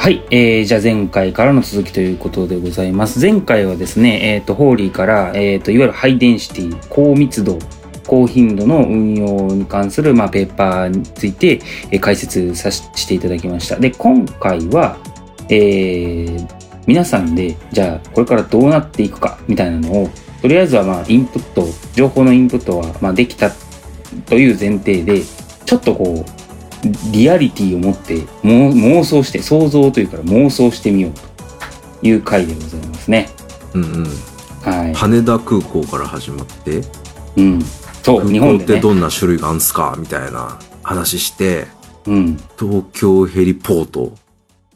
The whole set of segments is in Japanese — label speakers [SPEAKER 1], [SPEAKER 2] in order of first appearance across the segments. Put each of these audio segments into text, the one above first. [SPEAKER 1] はい、えー、じゃあ前回からの続きということでございます。前回はですね、えっ、と、ホーリーから、えっ、と、いわゆるハイデンシティ、高密度、高頻度の運用に関する、まあ、ペーパーについて、えー解説さししていただきました。で、今回は、えー、皆さんで、じゃあ、これからどうなっていくか、みたいなのを、とりあえずは、まあ、インプット、情報のインプットは、まあ、できたという前提で、ちょっとこう、リアリティを持ってもう妄想して想像というから妄想してみようという回でございますね。
[SPEAKER 2] うんうん、
[SPEAKER 1] は
[SPEAKER 2] 羽田空港から始まって
[SPEAKER 1] い。うん。そう、日
[SPEAKER 2] 空
[SPEAKER 1] 本
[SPEAKER 2] 港って
[SPEAKER 1] でね。
[SPEAKER 2] どんな種類があるんすかみたいな話して
[SPEAKER 1] うん。
[SPEAKER 2] 東京ヘリポート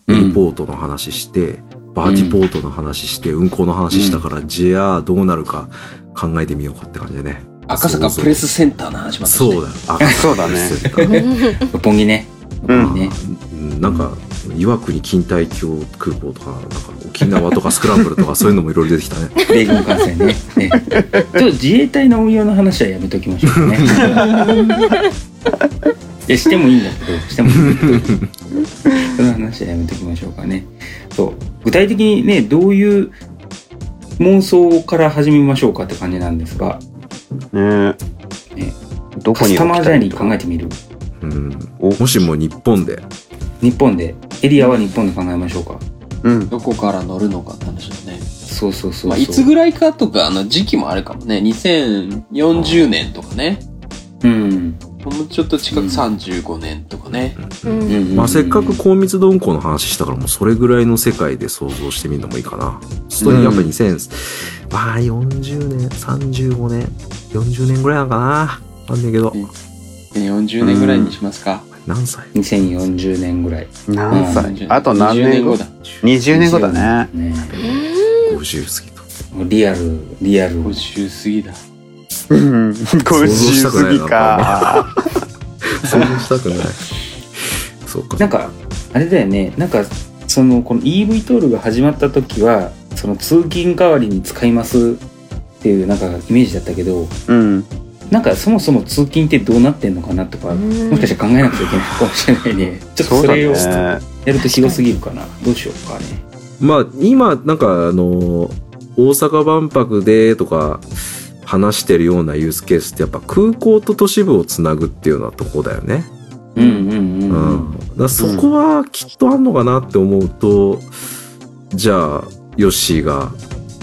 [SPEAKER 1] う
[SPEAKER 2] ヘリ
[SPEAKER 1] ん。
[SPEAKER 2] ポートの話して、バーティポートの話して運航の話したから、じゃあどうなるか考えてみようかって感じでね
[SPEAKER 3] 赤坂プレスセンターの話まで、
[SPEAKER 2] そうだよ赤
[SPEAKER 4] そうだね
[SPEAKER 2] 坂ですよ
[SPEAKER 1] 六本木ね。
[SPEAKER 4] うん
[SPEAKER 1] ね。
[SPEAKER 2] うんなんか岩国錦帯橋空港とかなんか沖縄とかスクランブルとかそういうのもいろいろ出てきたね
[SPEAKER 1] 米軍艦船ね。ねちょっと自衛隊の運用の話はやめときましょう ね。いやしてもいいんだけど、してもいいんだけど。その話はやめときましょうかね。そう。具体的にね、どういう妄想から始めましょうかって感じなんですが、
[SPEAKER 4] ね
[SPEAKER 1] ね
[SPEAKER 4] どこ
[SPEAKER 1] カ
[SPEAKER 4] に
[SPEAKER 1] スタ
[SPEAKER 4] 置
[SPEAKER 1] マー
[SPEAKER 4] き
[SPEAKER 1] ジ
[SPEAKER 4] た
[SPEAKER 1] ャー
[SPEAKER 4] い
[SPEAKER 1] ニ
[SPEAKER 4] と
[SPEAKER 1] ー
[SPEAKER 4] か
[SPEAKER 1] 考えてみる
[SPEAKER 2] うん
[SPEAKER 4] お
[SPEAKER 2] もしも日本で
[SPEAKER 1] 日本でエリアは日本で考えましょうか
[SPEAKER 4] うん
[SPEAKER 3] どこから乗るのかって話だね。
[SPEAKER 1] そうそうそうそう、
[SPEAKER 3] まあ、いつぐらいかとか、あの、時期もあるかもね。2040年とかね。
[SPEAKER 1] うん、
[SPEAKER 3] もうちょっと近く
[SPEAKER 1] うん
[SPEAKER 3] 35年とかね。
[SPEAKER 1] う
[SPEAKER 5] うんん
[SPEAKER 1] うん
[SPEAKER 2] まあ、せっかく高密度運行の話したからもうそれぐらいの世界で想像してみるのもいいかな。それにやっぱ2000、まあ40年、35年、40年ぐらいなのかな。わかんねえけど
[SPEAKER 3] う、んで40年ぐらいにしますか。
[SPEAKER 2] 何歳
[SPEAKER 1] 2040年ぐらい
[SPEAKER 4] 何
[SPEAKER 3] 40
[SPEAKER 4] 歳あと何年後
[SPEAKER 3] 20だ。
[SPEAKER 4] 20年後だね
[SPEAKER 1] ね
[SPEAKER 2] 50過ぎと。
[SPEAKER 1] もうリアルリアル
[SPEAKER 3] 50過ぎだ。
[SPEAKER 4] うん
[SPEAKER 2] 想像した
[SPEAKER 4] 50
[SPEAKER 2] く
[SPEAKER 4] 過
[SPEAKER 2] ない
[SPEAKER 4] ぎ
[SPEAKER 2] な
[SPEAKER 4] か
[SPEAKER 2] 想像したくない。そうか。
[SPEAKER 1] なんかあれだよねなんかそのこの EV トールが始まった時はその通勤代わりに使いますっていうなんかイメージだったけど
[SPEAKER 4] うん
[SPEAKER 1] なんかそもそも通勤ってどうなってんのかなとか、もしかしたら考えなくちゃいけないかもしれない ねちょっと
[SPEAKER 4] そう
[SPEAKER 1] そ
[SPEAKER 4] だ
[SPEAKER 1] れをや
[SPEAKER 4] ね
[SPEAKER 1] ると広すぎるかなどうしようかね
[SPEAKER 2] まあ今、なんかあの、大阪万博でとか、話してるようなユースケースってやっぱ空港と都市部をつなぐっていうようなとこだよね。
[SPEAKER 1] うんうんうんうん、
[SPEAKER 2] うん、だからそこはきっとあんのかなって思うと、じゃあヨッシーが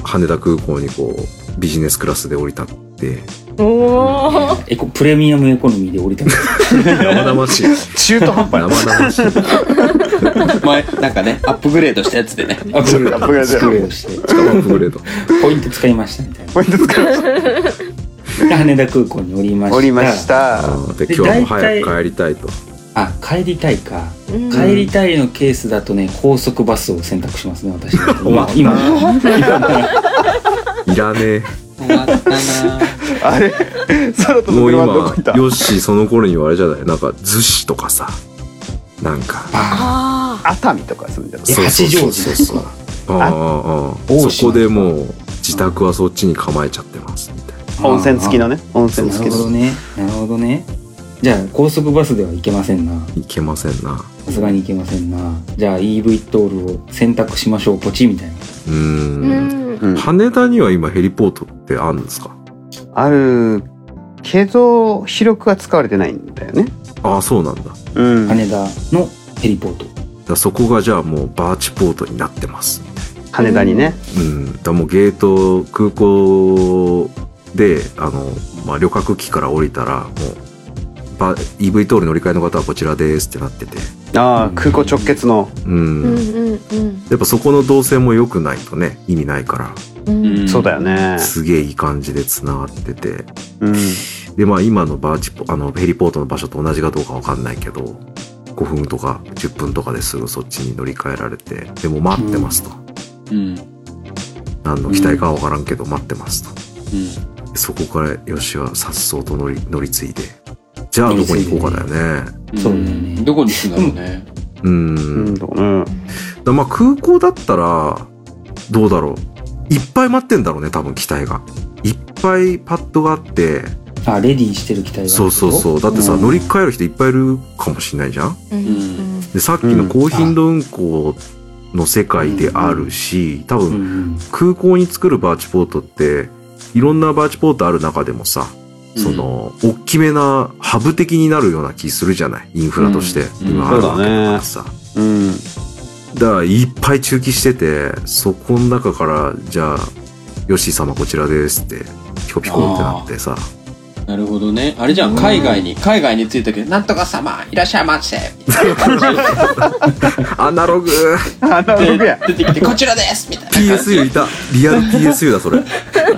[SPEAKER 2] 羽田空港にこうビジネスクラスで降り立って
[SPEAKER 5] おー
[SPEAKER 1] エコプレミアムエコノミーで降りたん です
[SPEAKER 2] 生々しい
[SPEAKER 4] 中途半端
[SPEAKER 2] 生々しい
[SPEAKER 3] 前、なんかね、アップグレードしたやつでね。
[SPEAKER 1] ア
[SPEAKER 4] プグレード
[SPEAKER 1] アップグレードして
[SPEAKER 2] アップグレード
[SPEAKER 1] ポイント使いましたみたいな
[SPEAKER 4] ポイント使いまし
[SPEAKER 1] 羽田空港に降りました
[SPEAKER 4] た降りました
[SPEAKER 2] あーで
[SPEAKER 1] で
[SPEAKER 2] 今日はも
[SPEAKER 1] 大
[SPEAKER 2] う早く帰りたいと
[SPEAKER 1] あ帰りたいか
[SPEAKER 5] うん
[SPEAKER 1] 帰りたいのケースだとね高速バスを選択しますね 私今今
[SPEAKER 2] いらね
[SPEAKER 3] 終わったな
[SPEAKER 4] あれサラ
[SPEAKER 2] え
[SPEAKER 4] トの
[SPEAKER 2] もう今ヨ
[SPEAKER 4] 車どこ行った
[SPEAKER 2] ッシーその頃にはあれじゃないなんか逗子とかさなんか
[SPEAKER 1] あ
[SPEAKER 5] あ
[SPEAKER 4] 熱海とか住んじゃ
[SPEAKER 1] いや八丈島
[SPEAKER 2] そうそうあああ
[SPEAKER 1] 大島
[SPEAKER 2] あそこでもう自宅はそっちに構えちゃってますみたいな
[SPEAKER 4] う温泉付きのね温泉
[SPEAKER 1] な
[SPEAKER 4] 付
[SPEAKER 1] る
[SPEAKER 4] き
[SPEAKER 1] ほど
[SPEAKER 4] の
[SPEAKER 1] ねなるほどねじゃあ高速バスでは行けませんない
[SPEAKER 2] けませんな
[SPEAKER 1] さすがに行けませんなじゃあ EV トールを選択しましょうポチみたいな
[SPEAKER 2] うーん
[SPEAKER 5] うん
[SPEAKER 4] うん
[SPEAKER 2] 羽田には今ヘリポートってあるんですか
[SPEAKER 4] あるけど広くは使われてないんだよね
[SPEAKER 2] ああそうなんだだか
[SPEAKER 4] うん
[SPEAKER 1] 羽田のヘリポート
[SPEAKER 2] らそこがじゃあもうバーチポートになってます
[SPEAKER 4] 羽田にね
[SPEAKER 2] うんだからもうゲート空港であの、まあ、旅客機から降りたらもうバ EV 通り乗り換えの方はこちらですってなってて
[SPEAKER 4] ああ空港直結の
[SPEAKER 2] うん、
[SPEAKER 5] うんうんうん
[SPEAKER 2] やっぱそこの動線も良くないとね意味ないか
[SPEAKER 5] うん
[SPEAKER 4] そうだよね
[SPEAKER 2] らすげえいい感じで繋がってて
[SPEAKER 4] うん
[SPEAKER 2] でまあ今のバーチポあのヘリポートの場所と同じかどうかわかんないけど5分とか10分とかですぐそっちに乗り換えられてでも待ってますと、
[SPEAKER 3] うん。
[SPEAKER 2] 何の期待かわからんけど待ってますと、
[SPEAKER 3] うん。
[SPEAKER 2] そこからよしはさっそうと乗り乗り継いでじゃあどこに行こうかだよね
[SPEAKER 1] そうだよね
[SPEAKER 3] どこに住んだろうね。
[SPEAKER 2] う
[SPEAKER 4] うん
[SPEAKER 2] ん
[SPEAKER 4] どううん
[SPEAKER 2] だまあ空港だったらどうだろういっぱい待ってんだろうね多分機体がいっぱいパッドがあって
[SPEAKER 1] あレディーしてる機体が
[SPEAKER 2] そうそうそうだってさ、
[SPEAKER 1] うん
[SPEAKER 2] 乗り換える人いっぱいいるかもしんないじゃん
[SPEAKER 5] うん
[SPEAKER 3] ん
[SPEAKER 2] でさっきの高頻度運行の世界であるし、多
[SPEAKER 1] うんう
[SPEAKER 2] 分
[SPEAKER 1] ん
[SPEAKER 2] 空港に作るバーチポートって、いろんなバーチポートある中でもさ、その、大きめなハブ的になるような気するじゃないインフラとして、
[SPEAKER 3] うん
[SPEAKER 2] 今あるわけだか
[SPEAKER 4] そうだ
[SPEAKER 2] ら
[SPEAKER 4] ね
[SPEAKER 2] さ。
[SPEAKER 4] うん。
[SPEAKER 2] だからいっぱい中期してて、そこの中から、じゃあ、ヨッシー様こちらですって、ピコピコってなってさ、
[SPEAKER 3] なるほどね。あれじゃん、海外に、海外に着いたけど、なんとか様、いらっしゃいませ。みたいな感じで
[SPEAKER 2] アナログ
[SPEAKER 4] アナログや。
[SPEAKER 3] 出てきて、こちらですみたいな感じ。
[SPEAKER 2] !PSU いたリアル PSU だ、それ。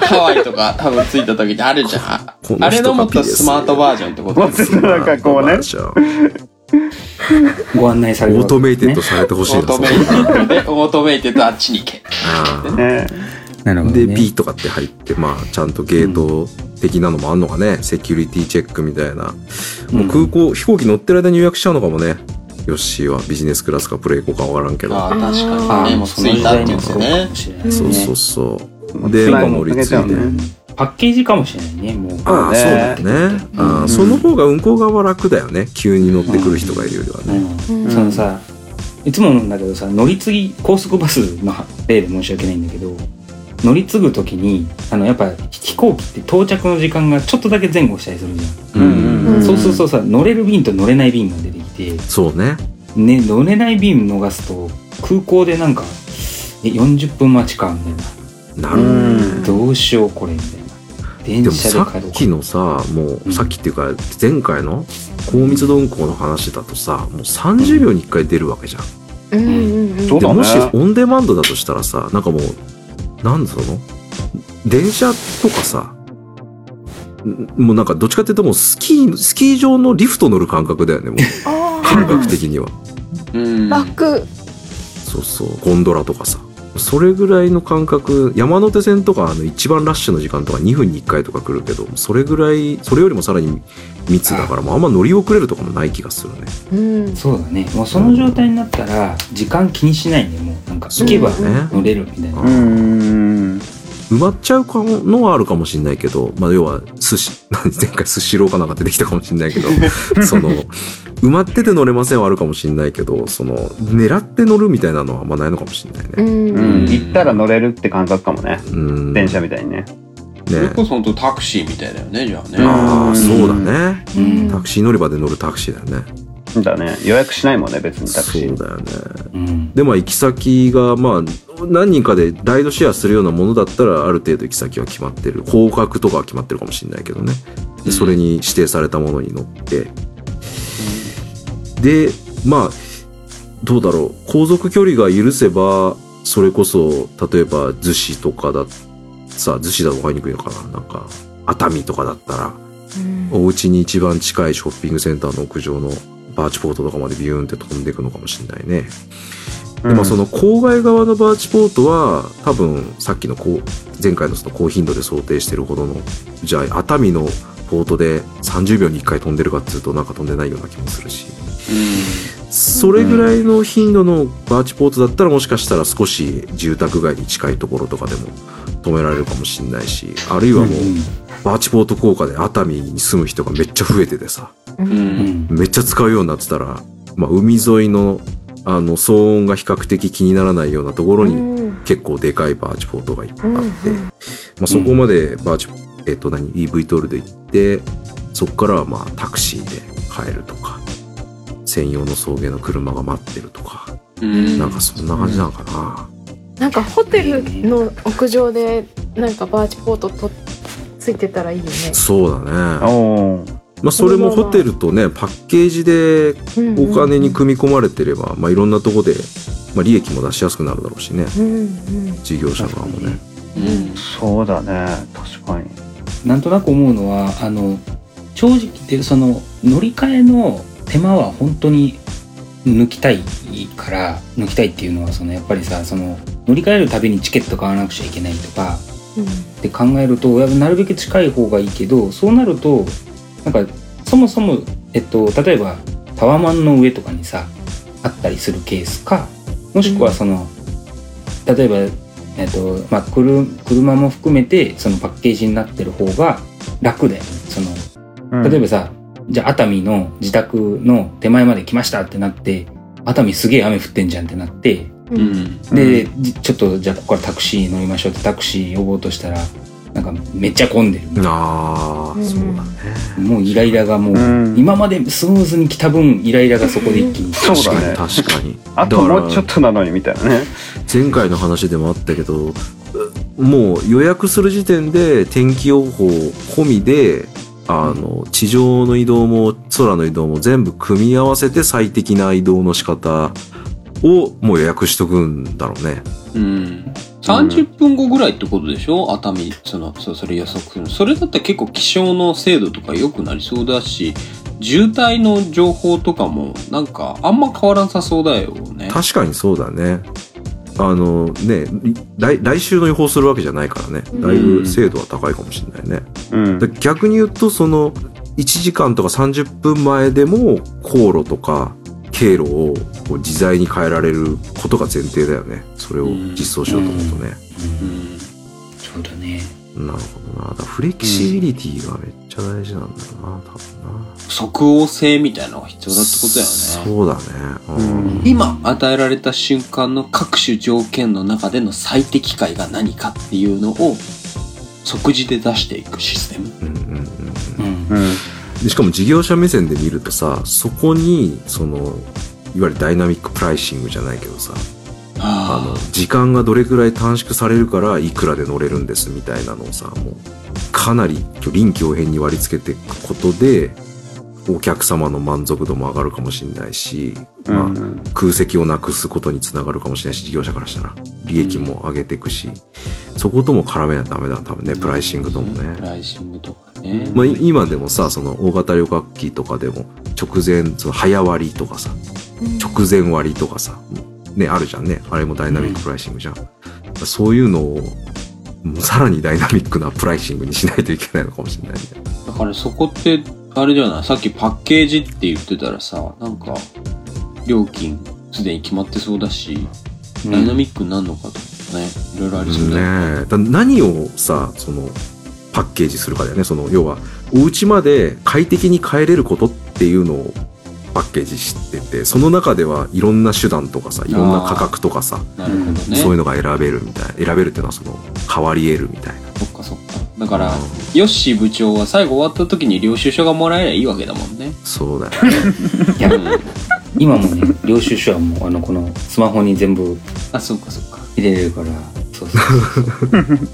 [SPEAKER 3] ハワイとか多分着いた時にあるじゃん。
[SPEAKER 2] この人が
[SPEAKER 3] あれのもっと
[SPEAKER 2] PSU
[SPEAKER 3] スマートバージョンってことですね。
[SPEAKER 4] なんかこうね。
[SPEAKER 1] ご案内さ
[SPEAKER 2] オ
[SPEAKER 1] れるわ
[SPEAKER 2] ー
[SPEAKER 1] け
[SPEAKER 2] トメイ
[SPEAKER 1] です
[SPEAKER 2] テ
[SPEAKER 1] ね
[SPEAKER 2] ッドされてほ
[SPEAKER 3] オ
[SPEAKER 2] しいな、
[SPEAKER 3] ートメイテッドで、オートメイテッドあっちに行け。
[SPEAKER 2] それうん
[SPEAKER 4] ね
[SPEAKER 1] なるほど
[SPEAKER 2] で、
[SPEAKER 1] ね
[SPEAKER 2] B とかって入って、まあ、ちゃんとゲート的なのもあんのかね、セキュリティチェックみたいな。もう空港、飛行機乗ってる間に予約しちゃうのかもね。ヨッシーはビジネスクラスかプレイコかわからんけど。
[SPEAKER 3] ああ、確か
[SPEAKER 1] あ
[SPEAKER 3] にね。
[SPEAKER 1] ー
[SPEAKER 3] もう着いたって言うんですよね。
[SPEAKER 5] ん
[SPEAKER 2] そうそうそう。で、まあ乗り継いで。
[SPEAKER 1] パッケージかもしれないね、もう。
[SPEAKER 2] ああ、そうだよね。ああその方が運行側は楽だよね。急に乗ってくる人がいるよりは
[SPEAKER 1] う
[SPEAKER 2] ね。
[SPEAKER 1] んそのさ、いつもなんだけどさ、乗り継ぎ、高速バスの例で申し訳ないんだけど、乗り継ぐときに、あの、やっぱ飛行機って到着の時間がちょっとだけ前後したりするじゃ
[SPEAKER 2] うん
[SPEAKER 1] ん。
[SPEAKER 5] うん
[SPEAKER 1] そうするとさ、乗れる便と乗れない便が出てきて、
[SPEAKER 2] そうね。
[SPEAKER 1] ね、乗れない便逃すと、空港でなんか、え、40分待ちか、みたいな。
[SPEAKER 2] な
[SPEAKER 4] う
[SPEAKER 2] る
[SPEAKER 4] ん。
[SPEAKER 1] どうしよう、これ、みたいな。電
[SPEAKER 2] でも
[SPEAKER 1] 車で
[SPEAKER 2] さ
[SPEAKER 1] 帰ろ
[SPEAKER 2] っ
[SPEAKER 1] う
[SPEAKER 2] き
[SPEAKER 1] か。
[SPEAKER 2] のさ、も
[SPEAKER 1] う
[SPEAKER 2] う、
[SPEAKER 1] ん
[SPEAKER 2] さっきっていうか、前回の高密度運行の話だとさ、もう30秒に1回出るわけじゃ
[SPEAKER 5] う
[SPEAKER 2] ん。
[SPEAKER 5] んうんうん
[SPEAKER 4] そう
[SPEAKER 2] で
[SPEAKER 4] だね
[SPEAKER 2] もしオンデマンドだとしたらさ、なんかもう、なんその電車とかさ、んもうなんかどっちかっていうともうスキー、スキー場のリフト乗る感覚だよね、もう
[SPEAKER 5] あ
[SPEAKER 2] 感覚
[SPEAKER 5] ー
[SPEAKER 2] 的には。
[SPEAKER 3] うん。
[SPEAKER 5] 楽
[SPEAKER 2] そうそう、ゴンドラとかさ。それぐらいの感覚、山手線とかあの一番ラッシュの時間とか2分に1回とか来るけど、それぐらい、それよりもさらに密だから、もうあんま乗り遅れるとかもない気がするね。
[SPEAKER 5] うん
[SPEAKER 1] そうだね。もうその状態になったら、時間気にしないね、もう。なんか、行けば
[SPEAKER 5] そう
[SPEAKER 2] ね
[SPEAKER 1] 乗れるみたいな。
[SPEAKER 4] うん。
[SPEAKER 2] 埋まっちゃうかものはあるかもしれないけど、まあ、要は寿司 何前回寿司ローかなんか出てきたかもしれないけ どその埋まってて乗れませんはあるかもしれないけどその狙って乗るみたいなのはあんまないのかもしれないうね。
[SPEAKER 5] ん
[SPEAKER 4] う
[SPEAKER 5] うん
[SPEAKER 4] ん。行ったら乗れるって感覚かもね。
[SPEAKER 2] うん、
[SPEAKER 4] 電車
[SPEAKER 2] ね
[SPEAKER 4] みたいにね。
[SPEAKER 3] それこそ本当タクシーみたいだよね、じゃあね。
[SPEAKER 2] ああそうだね、
[SPEAKER 1] うん
[SPEAKER 2] タクシー乗り場で乗るタクシーだよね。
[SPEAKER 4] だね。予約しないもんね、別にタク
[SPEAKER 2] そ
[SPEAKER 4] シ
[SPEAKER 2] う
[SPEAKER 4] ー。
[SPEAKER 2] だよね。
[SPEAKER 1] うん。
[SPEAKER 2] でまあ行き先がまあ何人かでライドシェアするようなものだったらある程度行き先は決まってる方角とかは決まってるかもしれないけどねでそれに指定されたものに乗って、でまあどうだろう航続距離が許せばそれこそ例えば逗子とかださ逗子だと分かりにくいのかななんか熱海とかだったらお家に一番近いショッピングセンターの屋上のバーチポートとかまでビューンって飛んでいくのかもしれないね。でまあその郊外側のバーチポートは多分さっきのこう前回のその高頻度で想定してるほどのじゃあ熱海のポートで30秒に1回飛んでるかっていうとなんか飛んでないような気もするしそれぐらいの頻度のバーチポートだったらもしかしたら少し住宅街に近いところとかでも止められるかもしれないしあるいはもうバーチポート効果で熱海に住む人がめっちゃ増えててさ
[SPEAKER 3] うん。う。
[SPEAKER 1] うんん。
[SPEAKER 2] めっちゃ使うようになってたら、まあ、海沿いのあの騒音が比較的気にならないようなところに結構でかいバーチポートがいっぱいあって、
[SPEAKER 5] うんうん
[SPEAKER 2] まあ、そこまでバーチ、えっと何 EV トールで行ってそこからはまあタクシーで帰るとか専用の送迎の車が待ってるとか
[SPEAKER 3] うん
[SPEAKER 2] なんかそんな感じなのかな、
[SPEAKER 5] なんかホテルの屋上でなんかバーチポートとついてたらいいよね
[SPEAKER 2] そうだね
[SPEAKER 4] おお。
[SPEAKER 2] まあそれもホテルとねパッケージで
[SPEAKER 5] うんうん
[SPEAKER 2] お金に組み込まれてれば、まあ、いろんなとこで、まあ、利益も出しやすくなるだろうしね
[SPEAKER 5] うんうん
[SPEAKER 2] 事業者側もね。
[SPEAKER 3] うん。
[SPEAKER 4] そうだね。確かに。
[SPEAKER 1] なんとなく思うのはあの正直言ってその乗り換えの手間は本当に抜きたいから抜きたいっていうのはそのやっぱりさその乗り換えるたびにチケット買わなくちゃいけないとかって考えるとやっぱなるべく近い方がいいけどそうなるとなんかそもそも、えっと、例えばタワマンの上とかにさあったりするケースかもしくはその、例えば、えっとまあ、くる車も含めてそのパッケージになってる方が楽だよね。その
[SPEAKER 4] うん
[SPEAKER 1] 例えばさ、じゃあ熱海の自宅の手前まで来ましたってなって熱海すげえ雨降ってんじゃんってなって
[SPEAKER 3] うん。
[SPEAKER 1] で、じちょっとじゃあここからタクシー乗りましょうってタクシー呼ぼうとしたらなんかめっちゃ混んでる
[SPEAKER 2] ああ、そうだね。
[SPEAKER 1] もうイライラがもう、
[SPEAKER 4] うん
[SPEAKER 1] 今までスムーズに来た分イライラがそこで一気に
[SPEAKER 4] そうだね
[SPEAKER 2] 確かに。
[SPEAKER 4] あともうちょっとなのにみたいなね
[SPEAKER 2] 前回の話でもあったけどうもう予約する時点で天気予報込みであの地上の移動も空の移動も全部組み合わせて最適な移動の仕方をもう予約しとくんだろうね
[SPEAKER 3] うん。30分後ぐらいってことでしょ熱海、その、そう、それ予測するのそれだったら結構気象の精度とか良くなりそうだし、渋滞の情報とかも、なんか、あんま変わらなさそうだよね。
[SPEAKER 2] 確かにそうだねあのね来来週の予報するわけじゃないからねだいぶ精度は高いかもしれないね、
[SPEAKER 4] うん
[SPEAKER 2] だ逆に言うとその1時間とか30分前でも航路とか経路をこう自在に変えられることが前提だよねそれを実装しようと思うとね、
[SPEAKER 3] うん。
[SPEAKER 1] そうだね
[SPEAKER 2] なるほどなだからフレキシビリティがめっちゃ大事なんだろうな多分な
[SPEAKER 3] 即応性みたいなのが必要だってことだよね。
[SPEAKER 2] そうだねうん、
[SPEAKER 3] 今与えられた瞬間の各種条件の中での最適解が何かっていうのを即時で出していくシステム。
[SPEAKER 2] うんうんうん
[SPEAKER 1] うん
[SPEAKER 4] うん
[SPEAKER 2] でしかも事業者目線で見るとさそこにそのいわゆるダイナミックプライシングじゃないけどさあの
[SPEAKER 3] あ
[SPEAKER 2] 時間がどれくらい短縮されるからいくらで乗れるんですみたいなのをさもうかなり臨機応変に割り付けていくことでお客様の満足度も上がるかもしれないし、
[SPEAKER 4] う
[SPEAKER 2] まあ、
[SPEAKER 4] ん
[SPEAKER 2] 空席をなくすことにつながるかもしれないし事業者からしたら利益も上げていくし、そことも絡めないとダメだ多分ねプライシングともね。
[SPEAKER 3] プライシングとかね。
[SPEAKER 2] まあ、い今でもさその大型旅客機とかでも直前その早割りとかさ直前割りとかさ、ね、あるじゃんねあれもダイナミックプライシングじゃん、そういうのをもうさらにダイナミックなプライシングにしないといけないのかもしれないね
[SPEAKER 3] だからそこって、あれじゃないさっきパッケージって言ってたらさ、なんか、料金すでに決まってそうだし、ダイナミックになるのかとかね、いろいろありそうだよね。
[SPEAKER 2] ねえだ何をさそのパッケージするかだよねその要はお家まで快適に帰れることっていうのをパッケージしててその中ではいろんな手段とかさいろんな価格とかさ
[SPEAKER 3] なるほどね。
[SPEAKER 2] そういうのが選べるみたいな選べるっていうのはその変わり得るみたいな
[SPEAKER 3] そっかそっか。だから、ヨッシー部長は最後終わった時に領収書がもらえりゃいいわけだもん ね。
[SPEAKER 2] そうだよね
[SPEAKER 1] いや
[SPEAKER 3] うん
[SPEAKER 1] 今もね領収書はもうあのこのスマホに全部
[SPEAKER 3] あ、そっかそっか。
[SPEAKER 1] 入れれるからそうそう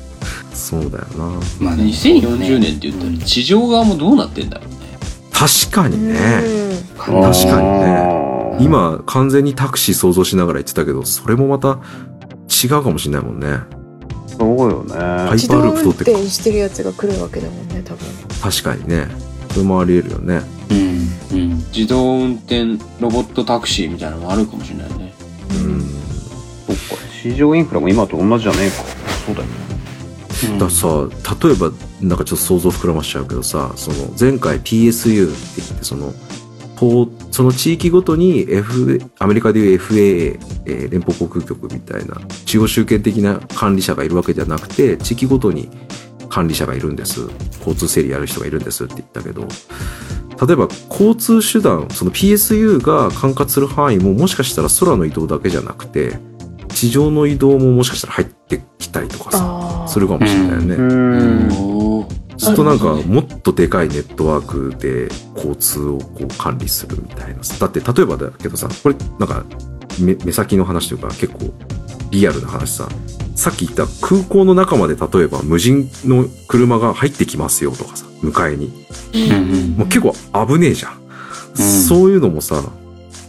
[SPEAKER 2] そうだよな
[SPEAKER 1] まあね
[SPEAKER 3] 2040年って言ったら地上側もどうなってんだろうね。
[SPEAKER 2] 確かにね
[SPEAKER 1] 確
[SPEAKER 2] 確かにね
[SPEAKER 4] あー
[SPEAKER 2] 今完全にタクシー想像しながら言ってたけどそれもまた違うかもしれないもんね
[SPEAKER 4] そうよね、
[SPEAKER 2] ハイ
[SPEAKER 5] 自
[SPEAKER 2] パー
[SPEAKER 5] 動
[SPEAKER 2] ループ
[SPEAKER 5] 運
[SPEAKER 2] 取って
[SPEAKER 5] 転してるやつが来るわけだもんね多分
[SPEAKER 2] 確かにねそれもあり得るよね
[SPEAKER 1] うんうん
[SPEAKER 3] 自動運転ロボットタクシーみたいなのもあるかもしれないね。
[SPEAKER 2] うん
[SPEAKER 4] そっか市場インフラも今と同じじゃねえかそうだよね
[SPEAKER 1] うん
[SPEAKER 2] だからさ例えばなんかちょっと想像膨らましちゃうけどさその前回 PSU って言ってそのこうその地域ごとに、F、アメリカでいう FAA、えー連邦航空局みたいな中央集権的な管理者がいるわけじゃなくて地域ごとに管理者がいるんです交通整理やる人がいるんですって言ったけど例えば交通手段その PSU が管轄する範囲ももしかしたら空の移動だけじゃなくて地上の移動ももしかしたら入ってきたりとかさ
[SPEAKER 5] ああ
[SPEAKER 2] するかもしれないよね。
[SPEAKER 4] うん
[SPEAKER 3] おー
[SPEAKER 2] ずっとなんかもっとでかいネットワークで交通をこう管理するみたいなだって例えばだけどさこれなんか目目先の話というか結構リアルな話ささっき言った空港の中まで例えば無人の車が入ってきますよとかさ迎えに
[SPEAKER 1] うんうん
[SPEAKER 2] もう結構危ねえじゃん、
[SPEAKER 1] ん
[SPEAKER 2] そういうのもさ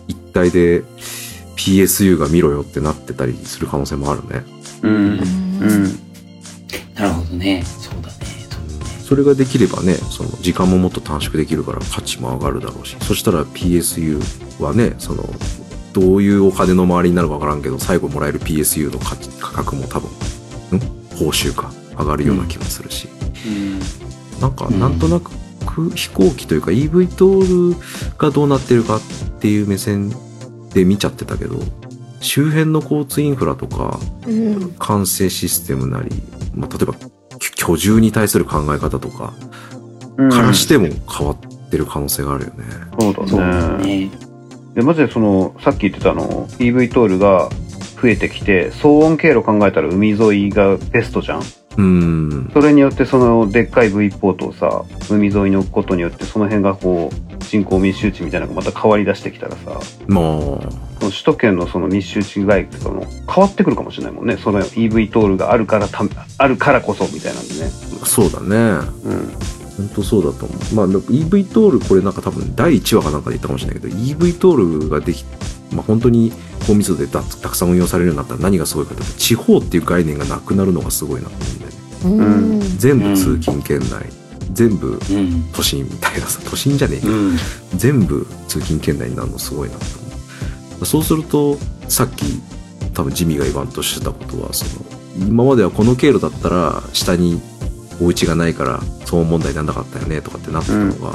[SPEAKER 2] 一体で PSU が見ろよってなってたりする可能性もあるね
[SPEAKER 4] うんうん
[SPEAKER 1] なるほどねそうだねそうだね
[SPEAKER 2] それができればねその時間ももっと短縮できるから価値も上がるだろうしそしたら PSU はねそのどういうお金の周りになるかわからんけど最後もらえる PSU の価値価格も多分ん報酬か上がるような気もするし、
[SPEAKER 3] うん
[SPEAKER 2] なんか
[SPEAKER 1] うん
[SPEAKER 2] なんとなく空飛行機というか EV トールがどうなってるかっていう目線で見ちゃってたけど周辺の交通インフラとか
[SPEAKER 5] うん
[SPEAKER 2] 管制システムなり、まあ、例えば居居住に対する考え方とか
[SPEAKER 4] うん
[SPEAKER 2] からしても変わってる可能性があるよね。
[SPEAKER 4] そうだね
[SPEAKER 1] そうだね
[SPEAKER 4] でまずそのさっき言ってたあの EV トールが増えてきて騒音経路考えたら海沿いがベストじゃん
[SPEAKER 2] うん。
[SPEAKER 4] それによってそのでっかい V ポートをさ海沿いに置くことによってその辺がこう人口密集地みたいなのがまた変わりだしてきたらさ
[SPEAKER 2] まあ、
[SPEAKER 4] その首都圏のその密集地街区とかも変わってくるかもしれないもんねその EV トールがあるからたあるからこそみたいなんでね
[SPEAKER 2] そうだね。
[SPEAKER 4] うん
[SPEAKER 2] 本当そうだと思う。まあ、でも EV トール、これなんか多分第1話かなんかで言ったかもしれないけど、EV トールができ、まあ本当に高密度でたたくさん運用されるようになったら何がすごいかというと、地方っていう概念がなくなるのがすごいなと思うんだよ
[SPEAKER 5] う
[SPEAKER 2] ね。
[SPEAKER 5] ん
[SPEAKER 2] 全部通勤圏内、全部
[SPEAKER 1] うん。
[SPEAKER 2] 都心みたいなさ、都心じゃねえけど、
[SPEAKER 1] うん。
[SPEAKER 2] 全部通勤圏内になるのすごいなと思うそうするとさっき多分ジミーが言わんとしてたことはその今まではこの経路だったら下にお家がないから騒音問題になんなかったよねとかってなってたのが、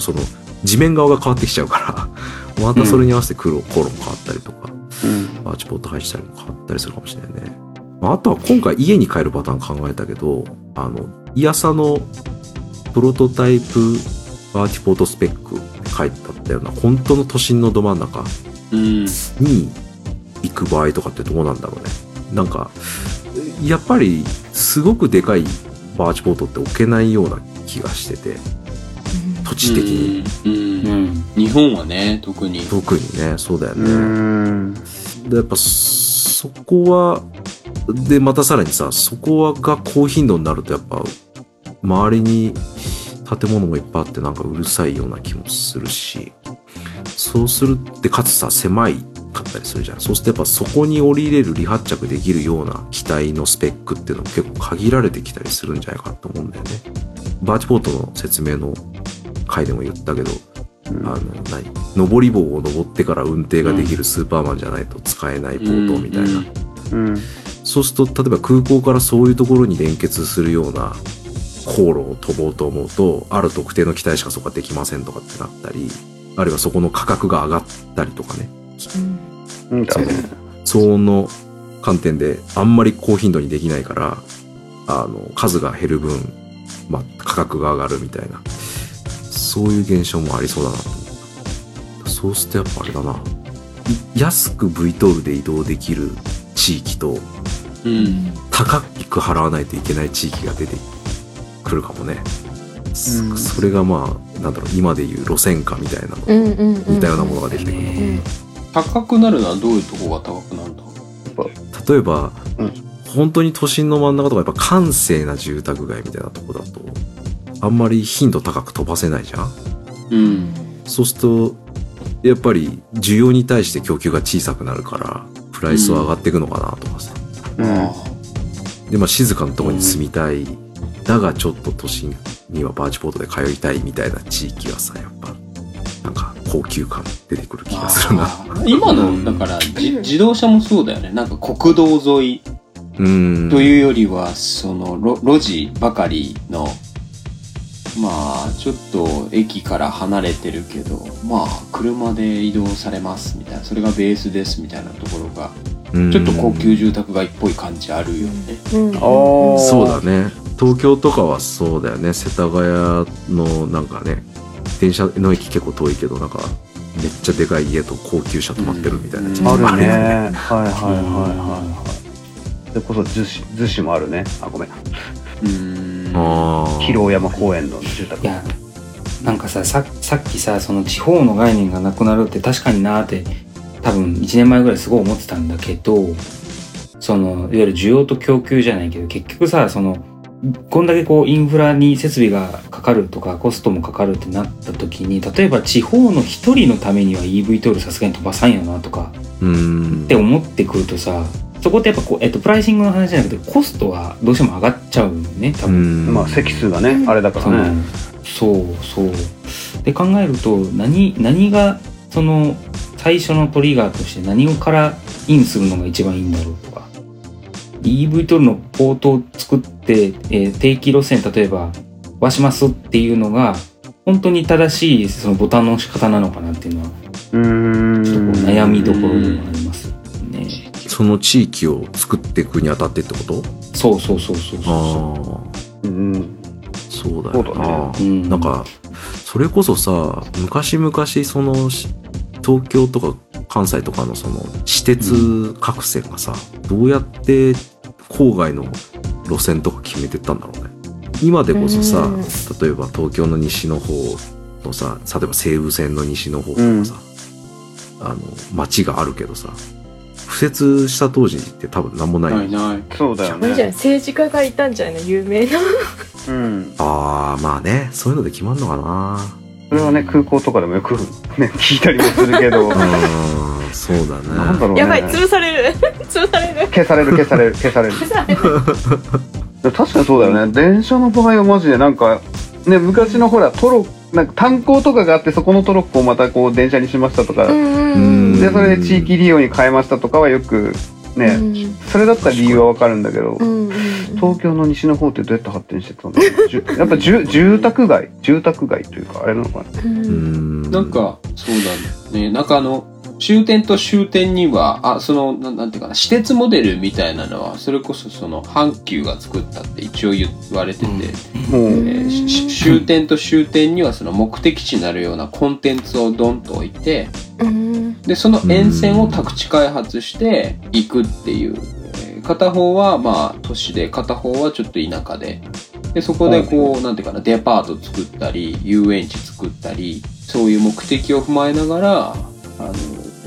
[SPEAKER 2] その地面側が変わってきちゃうから またそれに合わせて黒、コロン変わったりとかアーチポート配置したりも変わったりするかもしれないね。まあ、あとは今回家に帰るパターン考えたけど、あの、イアサのプロトタイプアーチポートスペックって書いてあったような、本当の都心のど真ん中
[SPEAKER 3] うん。
[SPEAKER 2] に行く場合とかってどうなんだろうね。なんか、やっぱりすごくでかいバーチポートって置けないような気がしてて、土地的に。
[SPEAKER 3] うん。
[SPEAKER 1] う
[SPEAKER 3] うん。
[SPEAKER 1] ん。
[SPEAKER 3] 日本はね、特に。
[SPEAKER 2] 特にね、そうだよ
[SPEAKER 4] うん
[SPEAKER 2] ね。でやっぱそこはでまたさらにさそこはが高頻度になるとやっぱ周りに建物もいっぱいあってなんかうるさいような気もするしそうするってかつさ狭いかったりするじゃんそうするとやっぱそこに降りれる離発着できるような機体のスペックっていうのも結構限られてきたりするんじゃないかと思うんだよねバーチポートの説明の回でも言ったけど
[SPEAKER 4] うん
[SPEAKER 2] あの、何上り棒を登ってから運転ができるスーパーマンじゃないと使えないポートみたいな。
[SPEAKER 3] うん
[SPEAKER 4] うん
[SPEAKER 2] そうすると、例えば空港からそういうところに連結するような航路を飛ぼうと思うと、ある特定の機体しかそこはできませんとかってなったり、あるいはそこの価格が上がったりとかね。
[SPEAKER 4] うんだね
[SPEAKER 2] 騒音の観点であんまり高頻度にできないから、あの、数が減る分、まあ、価格が上がるみたいな、そういう現象もありそうだなと思った。そうするとやっぱあれだな。い安く V トールで移動できる地域と、
[SPEAKER 3] うん。
[SPEAKER 2] 高く払わないといけない地域が出てくるかもね。そ
[SPEAKER 4] うん
[SPEAKER 2] それがまあ、なんだろう、今でいう路線化みたいなの、
[SPEAKER 5] うんうんうん
[SPEAKER 2] 似たようなものが出てくる。
[SPEAKER 1] ね
[SPEAKER 3] 高くなるのはどういうとこが高くなるんだろ
[SPEAKER 2] 例えば、
[SPEAKER 4] うん
[SPEAKER 2] 本当に都心の真ん中とかやっぱ閑静な住宅街みたいなとこだとあんまり頻度高く飛ばせないじゃん
[SPEAKER 3] う。うん。
[SPEAKER 2] そうするとやっぱり需要に対して供給が小さくなるからプライスは上がっていくのかなとかさ、
[SPEAKER 4] うん
[SPEAKER 3] あ
[SPEAKER 2] でまあ静かなところに住みたい、だがちょっと都心にはバーチポートで通いたいみたいな地域はさやっぱなんか高級感出てくる気がするな
[SPEAKER 3] あ今のだからじ自動車もそうだよねなんか国道沿い
[SPEAKER 2] うん
[SPEAKER 3] というよりは、その路路地ばかりのまあちょっと駅から離れてるけどまあ車で移動されますみたいなそれがベースですみたいなところが
[SPEAKER 2] うん
[SPEAKER 3] ちょっと高級住宅街っぽい感じあるよね
[SPEAKER 5] うんうん
[SPEAKER 4] あ
[SPEAKER 2] そうだね東京とかはそうだよね世田谷のなんかね電車の駅結構遠いけどなんかめっちゃでかい家と高級車止まってるみたいな、
[SPEAKER 3] うん
[SPEAKER 4] あるねはい
[SPEAKER 2] あ
[SPEAKER 4] はいはいはいはいそれこそ逗子逗子もあるねあごめん
[SPEAKER 3] うーん
[SPEAKER 2] あー
[SPEAKER 4] 広尾山公園の住宅
[SPEAKER 1] いや、なんかさ、ささっきさ、その地方の概念がなくなるって確かになーって、多分1年前ぐらいすごい思ってたんだけど、その、いわゆる需要と供給じゃないけど、結局さ、その、こんだけこうインフラに設備がかかるとかコストもかかるってなった時に例えば地方の一人のためには EV トールさすがに飛ばさんよなとか
[SPEAKER 2] うん
[SPEAKER 1] って思ってくるとさそこってやっぱこう、えっと、プライシングの話じゃなくてコストはどうしても上がっちゃうよね多
[SPEAKER 2] う
[SPEAKER 1] 分、
[SPEAKER 2] ん
[SPEAKER 4] まあ席数がねあれだか
[SPEAKER 1] そ
[SPEAKER 4] ら
[SPEAKER 1] の
[SPEAKER 4] ね
[SPEAKER 1] そうそうで考えると何何がその最初のトリガーとして何をからインするのが一番いいんだろうとか EV トルのポートを作って、えー定期路線例えばわしますっていうのが本当に正しいそのボタンの押し方なのかなっていうのは
[SPEAKER 4] うー
[SPEAKER 1] ちょっとこうん悩みどころでもありますね。
[SPEAKER 2] その地域を作っていくにあたってってこと
[SPEAKER 1] そうそうそうそうそ
[SPEAKER 2] ああ
[SPEAKER 4] うん
[SPEAKER 2] そうだよ
[SPEAKER 4] そうだ
[SPEAKER 2] な
[SPEAKER 1] う。うん
[SPEAKER 2] なんかそれこそさ昔々そのし東京とか神関西とかのその私鉄各線がさ、どうやって郊外の路線とか決めてったんだろうね今でこそさ、
[SPEAKER 5] うん
[SPEAKER 2] 例えば東京の西の方のさ例えば西武線の西の方とかさ、あの街があるけどさ敷設した当時って多分何もない、
[SPEAKER 3] ないない。
[SPEAKER 4] そうだよ
[SPEAKER 5] あれじゃな
[SPEAKER 4] ね
[SPEAKER 5] い政治家がいたんじゃないの有名な
[SPEAKER 4] うん
[SPEAKER 2] ああまあねそういうので決まんのかな
[SPEAKER 4] それはね空港とかでもよくね聞いたりもする けど
[SPEAKER 2] うんそうだね
[SPEAKER 4] なんだろうね
[SPEAKER 5] やばい潰される潰される
[SPEAKER 4] 消される消され る消される
[SPEAKER 5] 潰される
[SPEAKER 4] 確かにそうだよね電車の場合はマジでなんかね昔のほらトロなんか炭鉱とかがあってそこのトロッコをまたこう電車にしましたとか、
[SPEAKER 5] うん
[SPEAKER 4] でそれで地域利用に変えましたとかはよくね、それだったら理由はわかるんだけど、
[SPEAKER 5] うん
[SPEAKER 4] 東京の西の方ってどうやって発展してたんだろうじゅやっぱじゅ住宅街住宅街というかあれなのかな
[SPEAKER 5] うん
[SPEAKER 2] うん
[SPEAKER 3] なんか、そうだね。なんかあの、終点と終点には、あ、その、ななんていうかな、私鉄モデルみたいなのは、それこそその、阪急が作ったって一応言われてて、
[SPEAKER 1] うん
[SPEAKER 4] も
[SPEAKER 5] う
[SPEAKER 4] うん
[SPEAKER 3] えーしし終点と終点にはその目的地になるようなコンテンツをドンと置いて、
[SPEAKER 5] うん
[SPEAKER 3] で、その沿線を宅地開発していくっていう。えー片方はまあ都市で、片方はちょっと田舎で。で、そこでこう、なんていうかな、デパート作ったり、遊園地作ったり、そういう目的を踏まえながら、あ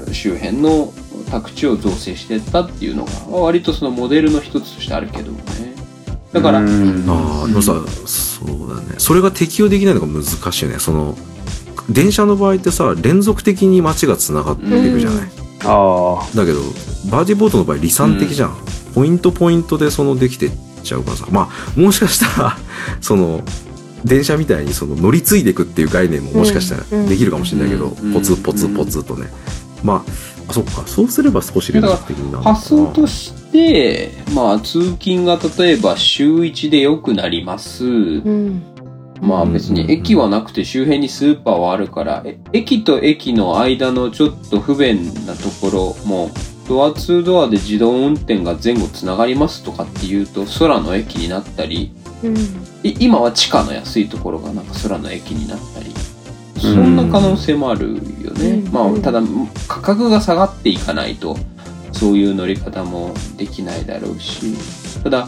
[SPEAKER 3] の、周辺の宅地を造成していったっていうのが、まあ割とそのモデルの一つとしてあるけどもね。だから、
[SPEAKER 4] うん
[SPEAKER 2] ああでもさそうだねそれが適用できないのが難しいよねその電車の場合ってさ連続的に街がつながっていくじゃない、
[SPEAKER 4] ああ
[SPEAKER 2] だけどバージーボートの場合離散的じゃん、ポイントポイントでそのできてっちゃうからさまあもしかしたら その電車みたいにその乗り継いでいくっていう概念ももしかした
[SPEAKER 5] うんう
[SPEAKER 2] ら
[SPEAKER 5] ん
[SPEAKER 2] できるかもしれないけど、
[SPEAKER 3] うん
[SPEAKER 2] ポツポツポツとね、まああそっかそうすれば少し連続的になるのかな
[SPEAKER 3] 発想として、まあ、通勤が例えば週1で良くなります。
[SPEAKER 5] うん
[SPEAKER 3] まあ
[SPEAKER 2] うん
[SPEAKER 3] 別に駅はなくて周辺にスーパーはあるから、え駅と駅の間のちょっと不便なところも、ドアツードアで自動運転が前後つながりますとかっていうと、空の駅になったり、
[SPEAKER 5] うん
[SPEAKER 3] い今は地下の安いところがなんか空の駅になったり、そんな可能性もあるよね。
[SPEAKER 5] うん
[SPEAKER 3] ま
[SPEAKER 5] う
[SPEAKER 3] あ
[SPEAKER 5] ん
[SPEAKER 3] ただ価格が下がっていかないと、そういう乗り方もできないだろうし、ただ、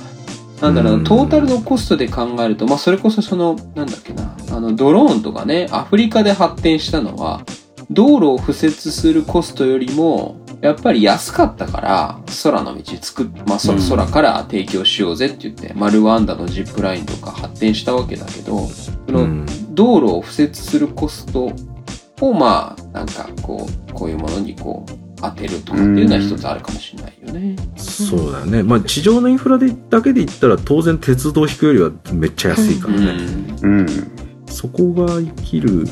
[SPEAKER 3] なんだろう
[SPEAKER 2] うん
[SPEAKER 3] な、トータルのコストで考えると、まあそれこそその、なんだっけな、あのドローンとかね、アフリカで発展したのは、道路を敷設するコストよりも、やっぱり安かったから、空の道作っ、まあ、そ
[SPEAKER 1] うん
[SPEAKER 3] 空から提供しようぜって言って、マルワンダのジップラインとか発展したわけだけど、その、
[SPEAKER 2] うん
[SPEAKER 3] 道路を敷設するコストをまあなんかこうこういうものにこう当てるとかっていうのは一つあるかもしれないよね。
[SPEAKER 2] そうだよね、まあ、地上のインフラでだけで言ったら当然鉄道を引くよりはめっちゃ安いからね、
[SPEAKER 4] うん
[SPEAKER 2] そこが生きる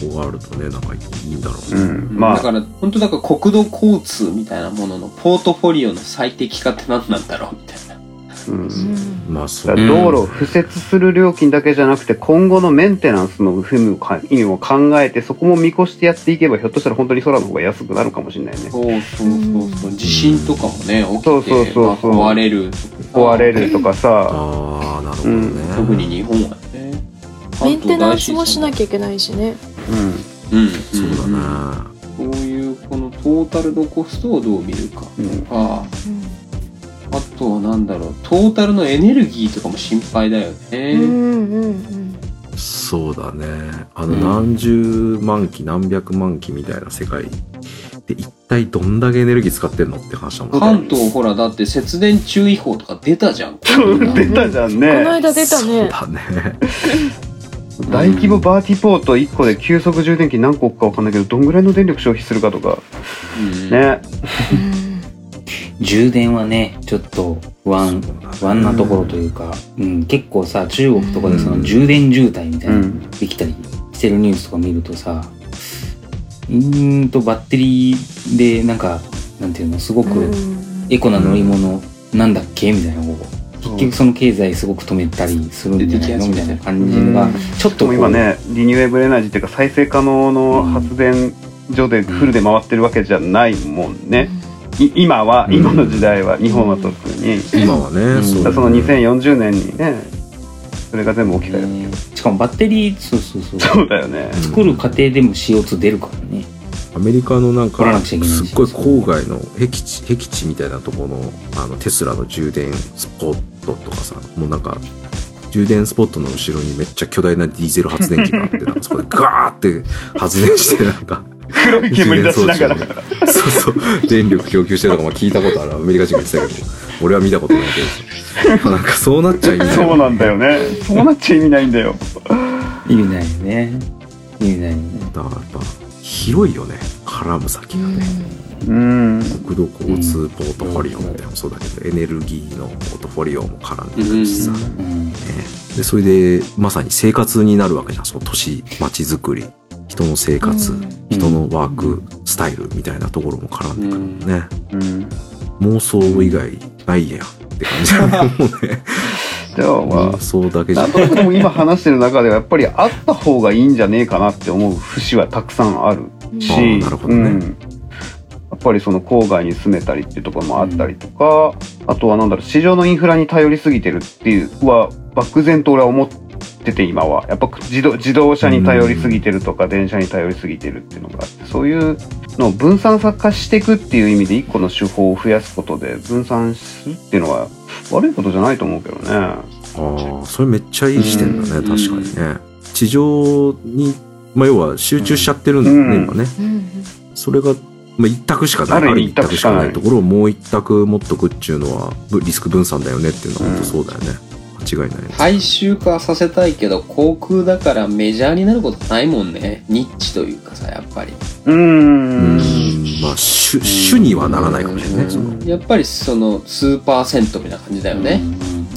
[SPEAKER 2] 方法があるとねなんかいいんだろう
[SPEAKER 4] う
[SPEAKER 2] ね、
[SPEAKER 4] んま
[SPEAKER 3] だ
[SPEAKER 4] あ
[SPEAKER 3] から本当だから国土交通みたいなもののポートフォリオの最適化って何なんだろうみたいな。
[SPEAKER 4] うん
[SPEAKER 2] まあそ
[SPEAKER 4] だ
[SPEAKER 2] う
[SPEAKER 4] から道路を敷設する料金だけじゃなくて今後のメンテナンスの有無をか意味も考えてそこも見越してやっていけばひょっとしたら本当に空の方が安くなるかもしれないね
[SPEAKER 3] そうそうそうそう地震とかもね起きて
[SPEAKER 4] そうそうそうそう
[SPEAKER 3] まあ壊れるとか
[SPEAKER 4] 壊れるとかさ
[SPEAKER 2] ああなるほどね、
[SPEAKER 4] う
[SPEAKER 3] 特に日本はね
[SPEAKER 5] メンテナンスもしな
[SPEAKER 3] ゃ、
[SPEAKER 5] きゃいけないしね
[SPEAKER 4] うん
[SPEAKER 3] うん、
[SPEAKER 2] そうだ
[SPEAKER 3] な
[SPEAKER 2] な、
[SPEAKER 3] そういうこのトータルのコストをどう見るか
[SPEAKER 4] うん
[SPEAKER 3] あああとはなんだろう、トータルのエネルギーとかも心配だ
[SPEAKER 5] う
[SPEAKER 3] よ
[SPEAKER 5] んう
[SPEAKER 3] ね。
[SPEAKER 5] んうん
[SPEAKER 2] そうだねあの
[SPEAKER 3] うん
[SPEAKER 2] 何十万機何百万機みたいな世界で一体どんだけエネルギー使ってんのって話だもんね
[SPEAKER 3] 関東ほら、だって節電注意報とか出たじゃん。
[SPEAKER 4] 出たじゃん
[SPEAKER 5] この
[SPEAKER 4] ね
[SPEAKER 5] 間出た
[SPEAKER 2] そう
[SPEAKER 5] ね
[SPEAKER 2] だね
[SPEAKER 4] 大規模バーティポート1個で急速充電器何個置くか分かんないけどどんぐらいの電力消費するかとか
[SPEAKER 3] うん
[SPEAKER 4] ね
[SPEAKER 1] 充電はね、ちょっと不安、不安なところというか、うん、結構さ、中国とかでその充電渋滞みたいうなの
[SPEAKER 4] ん
[SPEAKER 1] できたりしてるニュースとか見るとさ、うーんとバッテリーでなんか、なんていうの、すご
[SPEAKER 5] うん
[SPEAKER 1] くエコな乗り物なんだっけみたいな、こう結局その経済すごく止めたりするんじゃないのみたいな感じが、ちょっ
[SPEAKER 4] で
[SPEAKER 1] とこ
[SPEAKER 4] も
[SPEAKER 1] う
[SPEAKER 4] 今、ねリニューエブルエナジーっていうか再生可能の発電所でフルで回ってるわけじゃないもんねい今は
[SPEAKER 2] うん
[SPEAKER 4] 今の時代は日本は特に
[SPEAKER 2] 今はね、
[SPEAKER 1] ん
[SPEAKER 2] そう
[SPEAKER 4] だ
[SPEAKER 2] だ
[SPEAKER 4] から
[SPEAKER 2] ね
[SPEAKER 4] その2040年にねそれが全部起きたよ
[SPEAKER 1] ねしかもバッテリー、そうそうそう。
[SPEAKER 4] そうだよね
[SPEAKER 1] 作る過程でも CO2 出るからね。
[SPEAKER 2] アメリカのなんか
[SPEAKER 1] 掘らなくちゃいけないし
[SPEAKER 2] すっごい郊外の僻地僻地みたいなところのあのテスラの充電スポットとかさもうなんか充電スポットの後ろにめっちゃ巨大なディーゼル発電機があってなんかそ こでガーって発電してなんか
[SPEAKER 4] 黒い煙出しながら
[SPEAKER 2] 充電装置をねそうそう電力供給してるとかまあ聞いたことあるアメリカ人が言ってたけど俺は見たことないけ どなんかそうなっちゃいけない
[SPEAKER 4] そうなんだよねそうなっちゃ意味ないんだよ
[SPEAKER 1] 意味ないよね。意味ないよね。
[SPEAKER 2] だからやっぱ広いよね絡む先がね
[SPEAKER 4] うん
[SPEAKER 2] 国土交通ポートフォリオみたいなのもそうだけど、エネルギーのポートフォリオも絡んでくるしさ、
[SPEAKER 3] うん
[SPEAKER 2] ね、
[SPEAKER 1] うん。
[SPEAKER 2] でそれでまさに生活になるわけじゃんその都市街づくり人の生活、人のワークスタイルみたいなところも絡んでくるもんね、
[SPEAKER 4] うん
[SPEAKER 2] 妄想以外ないやんって感じだもんね
[SPEAKER 4] じゃあ ま
[SPEAKER 2] 妄想だけ
[SPEAKER 4] あ
[SPEAKER 2] じゃ
[SPEAKER 4] なんとなくでも今話してる中ではやっぱりあった方がいいんじゃねえかなって思う節はたくさんあるし
[SPEAKER 2] あーなるほどね
[SPEAKER 4] うんやっぱりその郊外に住めたりっていうところもあったりとか、あとはなんだろう市場のインフラに頼りすぎてるっていうは漠然と俺は思ってて今はやっぱ自動自動車に頼りすぎてるとか電車に頼りすぎてるっていうのがあってそういうのを分散化していくっていう意味で一個の手法を増やすことで分散するっていうのは悪いことじゃないと思うけどね。
[SPEAKER 2] ああそれめっちゃいい視点だね、
[SPEAKER 3] うん
[SPEAKER 2] 確かにね地上に、まあ、要は集中しちゃってるんだよね、
[SPEAKER 4] うん
[SPEAKER 2] 今ね
[SPEAKER 5] うん
[SPEAKER 2] それが、まあ、一択しかない
[SPEAKER 4] ある意味
[SPEAKER 2] ある意味一択しかない
[SPEAKER 4] 一択しかない
[SPEAKER 2] ところをもう一択持っとくっちゅうのはぶリスク分散だよねっていうのは本当そうだよね、間違いないね
[SPEAKER 3] 大衆化させたいけど航空だからメジャーになることないもんねニッチというかさやっぱり
[SPEAKER 4] うー。
[SPEAKER 2] うんんまあ主主にはならないかもしれないねその
[SPEAKER 3] やっぱりその数パーセントみたいな感じだよね、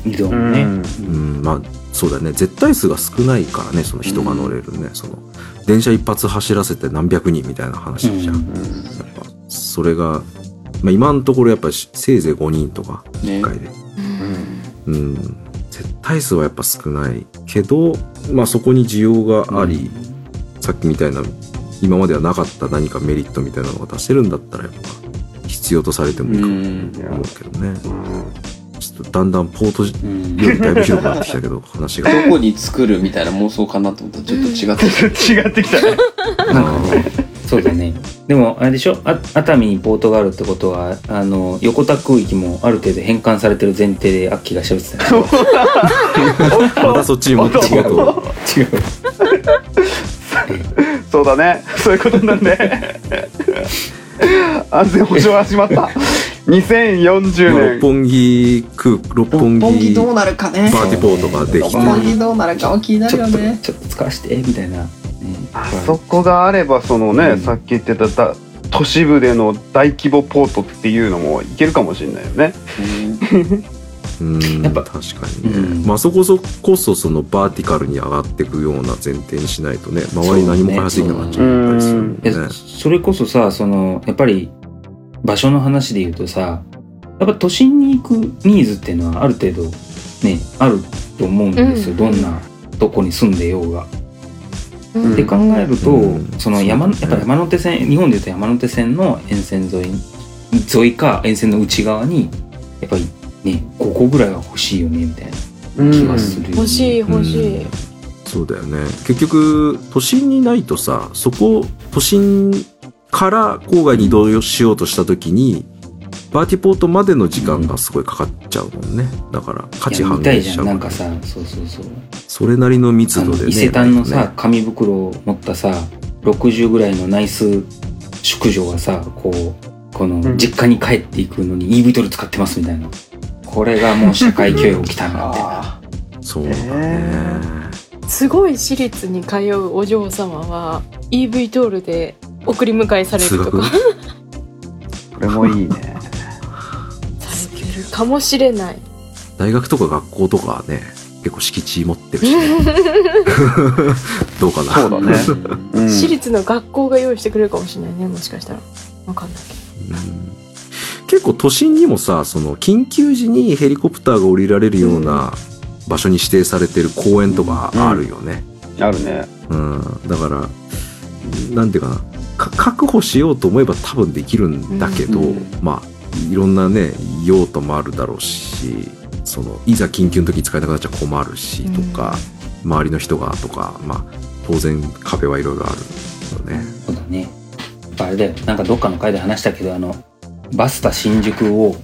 [SPEAKER 1] うん。移動も
[SPEAKER 4] う
[SPEAKER 1] ね
[SPEAKER 4] ん。
[SPEAKER 2] うんまあそうだよね絶対数が少ないからねその人が乗れるね、その電車一発走らせて何百人みたいな話じゃん、
[SPEAKER 1] うん
[SPEAKER 4] うん
[SPEAKER 2] やっぱそれが、まあ、今のところやっぱしせいぜい5人とか
[SPEAKER 3] ね
[SPEAKER 2] 1回で、うん、絶対数はやっぱ少ないけど、まあ、そこに需要があり、さっきみたいな今まではなかった何かメリットみたいなのが出せるんだったらやっぱ必要とされてもいいかも
[SPEAKER 3] ん
[SPEAKER 2] と思うけどね、ちょっとだんだんポートよ
[SPEAKER 1] うん。
[SPEAKER 2] りだいぶ広くなってきたけど話 が。
[SPEAKER 3] どこに作るみたいな妄想かなと思ったらちょっと違って
[SPEAKER 4] 違
[SPEAKER 3] る
[SPEAKER 4] ってきたね。
[SPEAKER 1] そうだね。でも、あれでしょあ熱海にポートがあるってことは、あの、横田空域もある程度返還されてる前提で、アッキーが喋ってたね
[SPEAKER 2] またそっちに持っていくと
[SPEAKER 1] 違う。
[SPEAKER 4] そうだね。そういうことなんで。安全保障は始まった。2040
[SPEAKER 2] 六
[SPEAKER 4] 年。
[SPEAKER 2] 本木空六本木パ
[SPEAKER 3] なるかね
[SPEAKER 2] ーティポートができて
[SPEAKER 1] 六本木
[SPEAKER 3] どうなるかは気にな
[SPEAKER 1] ちょっと、ちょっと使わせて、みたいな。ね
[SPEAKER 4] あそこがあれば、そのね、
[SPEAKER 1] うん
[SPEAKER 4] さっき言ってただ都市部での大規模ポートっていうのもいけるかもしれないよね。
[SPEAKER 2] うん
[SPEAKER 1] やっぱ
[SPEAKER 2] 確かにね、
[SPEAKER 1] うん
[SPEAKER 2] まあそこそこそそのバーティカルに上がっていくような前提にしないとね周り何も開発できなくなっちゃったりするもん
[SPEAKER 1] い
[SPEAKER 2] ね
[SPEAKER 1] やそれこそさそのやっぱり場所の話で言うとさやっぱ都心に行くニーズっていうのはある程度ねあると思うんですよ、
[SPEAKER 5] うん
[SPEAKER 1] どんなとこに住んでようが。
[SPEAKER 5] うん
[SPEAKER 4] うん
[SPEAKER 1] って考えると、
[SPEAKER 2] うん
[SPEAKER 1] その山の
[SPEAKER 2] そ
[SPEAKER 1] や
[SPEAKER 2] うだ
[SPEAKER 1] っ
[SPEAKER 2] ね
[SPEAKER 1] ぱ山手線日本でいうと山手線の沿線沿い沿いか沿線の内側にやっぱりね5個ぐらいは欲しいよねみたいな気がする、よね
[SPEAKER 5] 欲しい欲しい
[SPEAKER 2] うん。そうだよね結局都心にないとさそこ都心から郊外に移動しようとした時にバーティポートまでの時間がすごいかかっちゃうもんねだから価
[SPEAKER 1] い
[SPEAKER 2] 値
[SPEAKER 1] や
[SPEAKER 2] 判
[SPEAKER 1] 見た
[SPEAKER 2] 明
[SPEAKER 1] い
[SPEAKER 2] し
[SPEAKER 1] じ
[SPEAKER 2] ち
[SPEAKER 1] ゃ
[SPEAKER 2] ゃ
[SPEAKER 1] ん
[SPEAKER 2] う
[SPEAKER 1] なんかさそうそうそう
[SPEAKER 2] それなりの密
[SPEAKER 1] あ
[SPEAKER 2] 度
[SPEAKER 1] の
[SPEAKER 2] でね
[SPEAKER 1] 伊勢丹の
[SPEAKER 2] ないと
[SPEAKER 1] さ
[SPEAKER 2] ね
[SPEAKER 1] 紙袋を持ったさ60ぐらいのナイス淑女がさこうこ
[SPEAKER 4] う
[SPEAKER 1] の
[SPEAKER 4] ん
[SPEAKER 1] 実家に帰っていくのに EV トル使ってますみたいなこれがもう社会教育来たなって
[SPEAKER 3] あ
[SPEAKER 2] そうだね、
[SPEAKER 4] え
[SPEAKER 5] すごい私立に通うお嬢様は EV トールで送り迎えされる
[SPEAKER 2] 通
[SPEAKER 5] と
[SPEAKER 2] 学
[SPEAKER 5] か
[SPEAKER 4] これもいいね。
[SPEAKER 5] されてるかもしれない。
[SPEAKER 2] 大学とか学校とかはね結構敷地持ってるし、 ね、どうかな
[SPEAKER 4] そうだ
[SPEAKER 3] ー
[SPEAKER 4] ねうん
[SPEAKER 5] 私立の学校が用意してくれるかもしれないねもしかしたらわかんないけど
[SPEAKER 2] うん結構都心にもさその緊急時にヘリコプターが降りられるような場所に指定されてる公園とかあるよね、
[SPEAKER 4] あるね。
[SPEAKER 2] うんだからなんていうかなか確保しようと思えば多分できるんだけど、
[SPEAKER 3] うん
[SPEAKER 2] まあいろんなね用途もあるだろうしそのいざ緊急の時に使えなくなっちゃ困るしとか、周りの人がとか、まあ、当然壁はいろいろあるよね。
[SPEAKER 1] そうだねぱあれだよなんかどっかの回で話したけどあのバスタ新宿を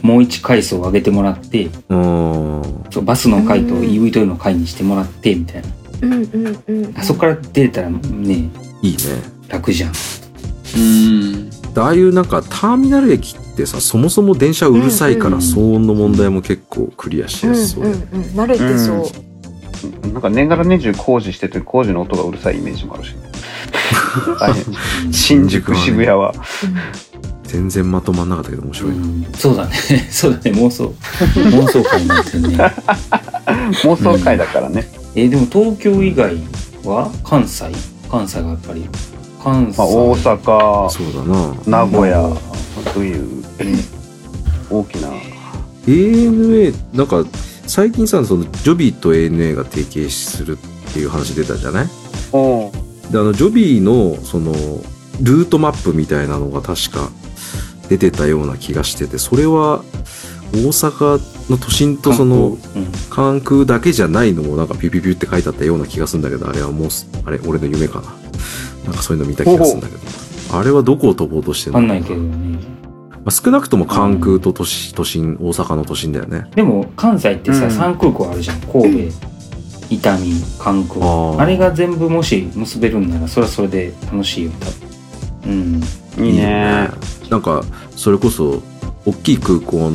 [SPEAKER 1] もう一階層上げてもらって
[SPEAKER 2] うん。
[SPEAKER 1] そうバスの回と
[SPEAKER 5] うん
[SPEAKER 1] EV トイレの回にしてもらってみたいな
[SPEAKER 5] うんうんうん
[SPEAKER 1] あそこから出たらね
[SPEAKER 2] いいね。
[SPEAKER 1] 楽じゃん
[SPEAKER 3] うん。
[SPEAKER 2] ああいうなんかターミナル駅ってさ、そもそも電車うるさいから
[SPEAKER 1] うん
[SPEAKER 2] 騒音の問題も結構クリアし
[SPEAKER 5] うん
[SPEAKER 2] や
[SPEAKER 5] うん
[SPEAKER 2] すそう
[SPEAKER 5] う
[SPEAKER 2] で。
[SPEAKER 5] ん慣れてそう
[SPEAKER 4] なんか年がら年中工事してて工事の音がうるさいイメージもあるし、ね、大変新宿渋谷は
[SPEAKER 2] 全然まとまんなかったけど面白いな。
[SPEAKER 1] うんそうだね そうだね 妄想妄想回になってるね
[SPEAKER 4] 妄想会だからね、
[SPEAKER 1] えーでも東京以外は関西関西がやっぱり関西、
[SPEAKER 4] まあ、大阪
[SPEAKER 2] そうだな。
[SPEAKER 4] 名古屋という大きな
[SPEAKER 2] ANA、なんか最近さ、そのジョビーと ANA が提携するっていう話出たじゃない
[SPEAKER 4] お
[SPEAKER 2] であのジョビーのそのルートマップみたいなのが確か出てたような気がしててそれは大阪の都心とその
[SPEAKER 1] うん
[SPEAKER 2] 関空だけじゃないのもなんかピュピュピュって書いてあったような気がするんだけどあれはもうすあれ俺の夢かななんかそういうの見た気がするんだけどあれはどこを飛ぼうとして
[SPEAKER 1] わか
[SPEAKER 2] る
[SPEAKER 1] ん
[SPEAKER 2] の
[SPEAKER 1] ないけどね
[SPEAKER 2] まあ少なくとも関空と都市都心大阪の都心だよね
[SPEAKER 1] でも関西ってさ、
[SPEAKER 4] うん
[SPEAKER 1] 3空港あるじゃん神戸伊丹関空
[SPEAKER 2] あ
[SPEAKER 1] あ
[SPEAKER 2] ー
[SPEAKER 1] れが全部もし結べるんならそれはそれで楽しいよ多分うん
[SPEAKER 4] いいね
[SPEAKER 2] なんかそれこそ大きい空港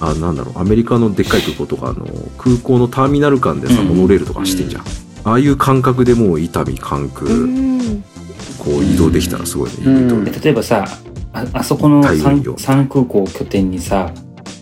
[SPEAKER 2] あなんだろうアメリカのでっかい空港とかあの空港のターミナル間でさ、
[SPEAKER 1] うん
[SPEAKER 2] モノレールとか走ってんじゃん、ああいう感覚でもう伊丹関空、
[SPEAKER 5] うん
[SPEAKER 2] こう移動できたらすごいね、
[SPEAKER 4] うん
[SPEAKER 2] いいと思う
[SPEAKER 1] で例えばさああそこの
[SPEAKER 2] 太陽
[SPEAKER 1] 3,
[SPEAKER 2] よ
[SPEAKER 1] 三空港を拠点にさ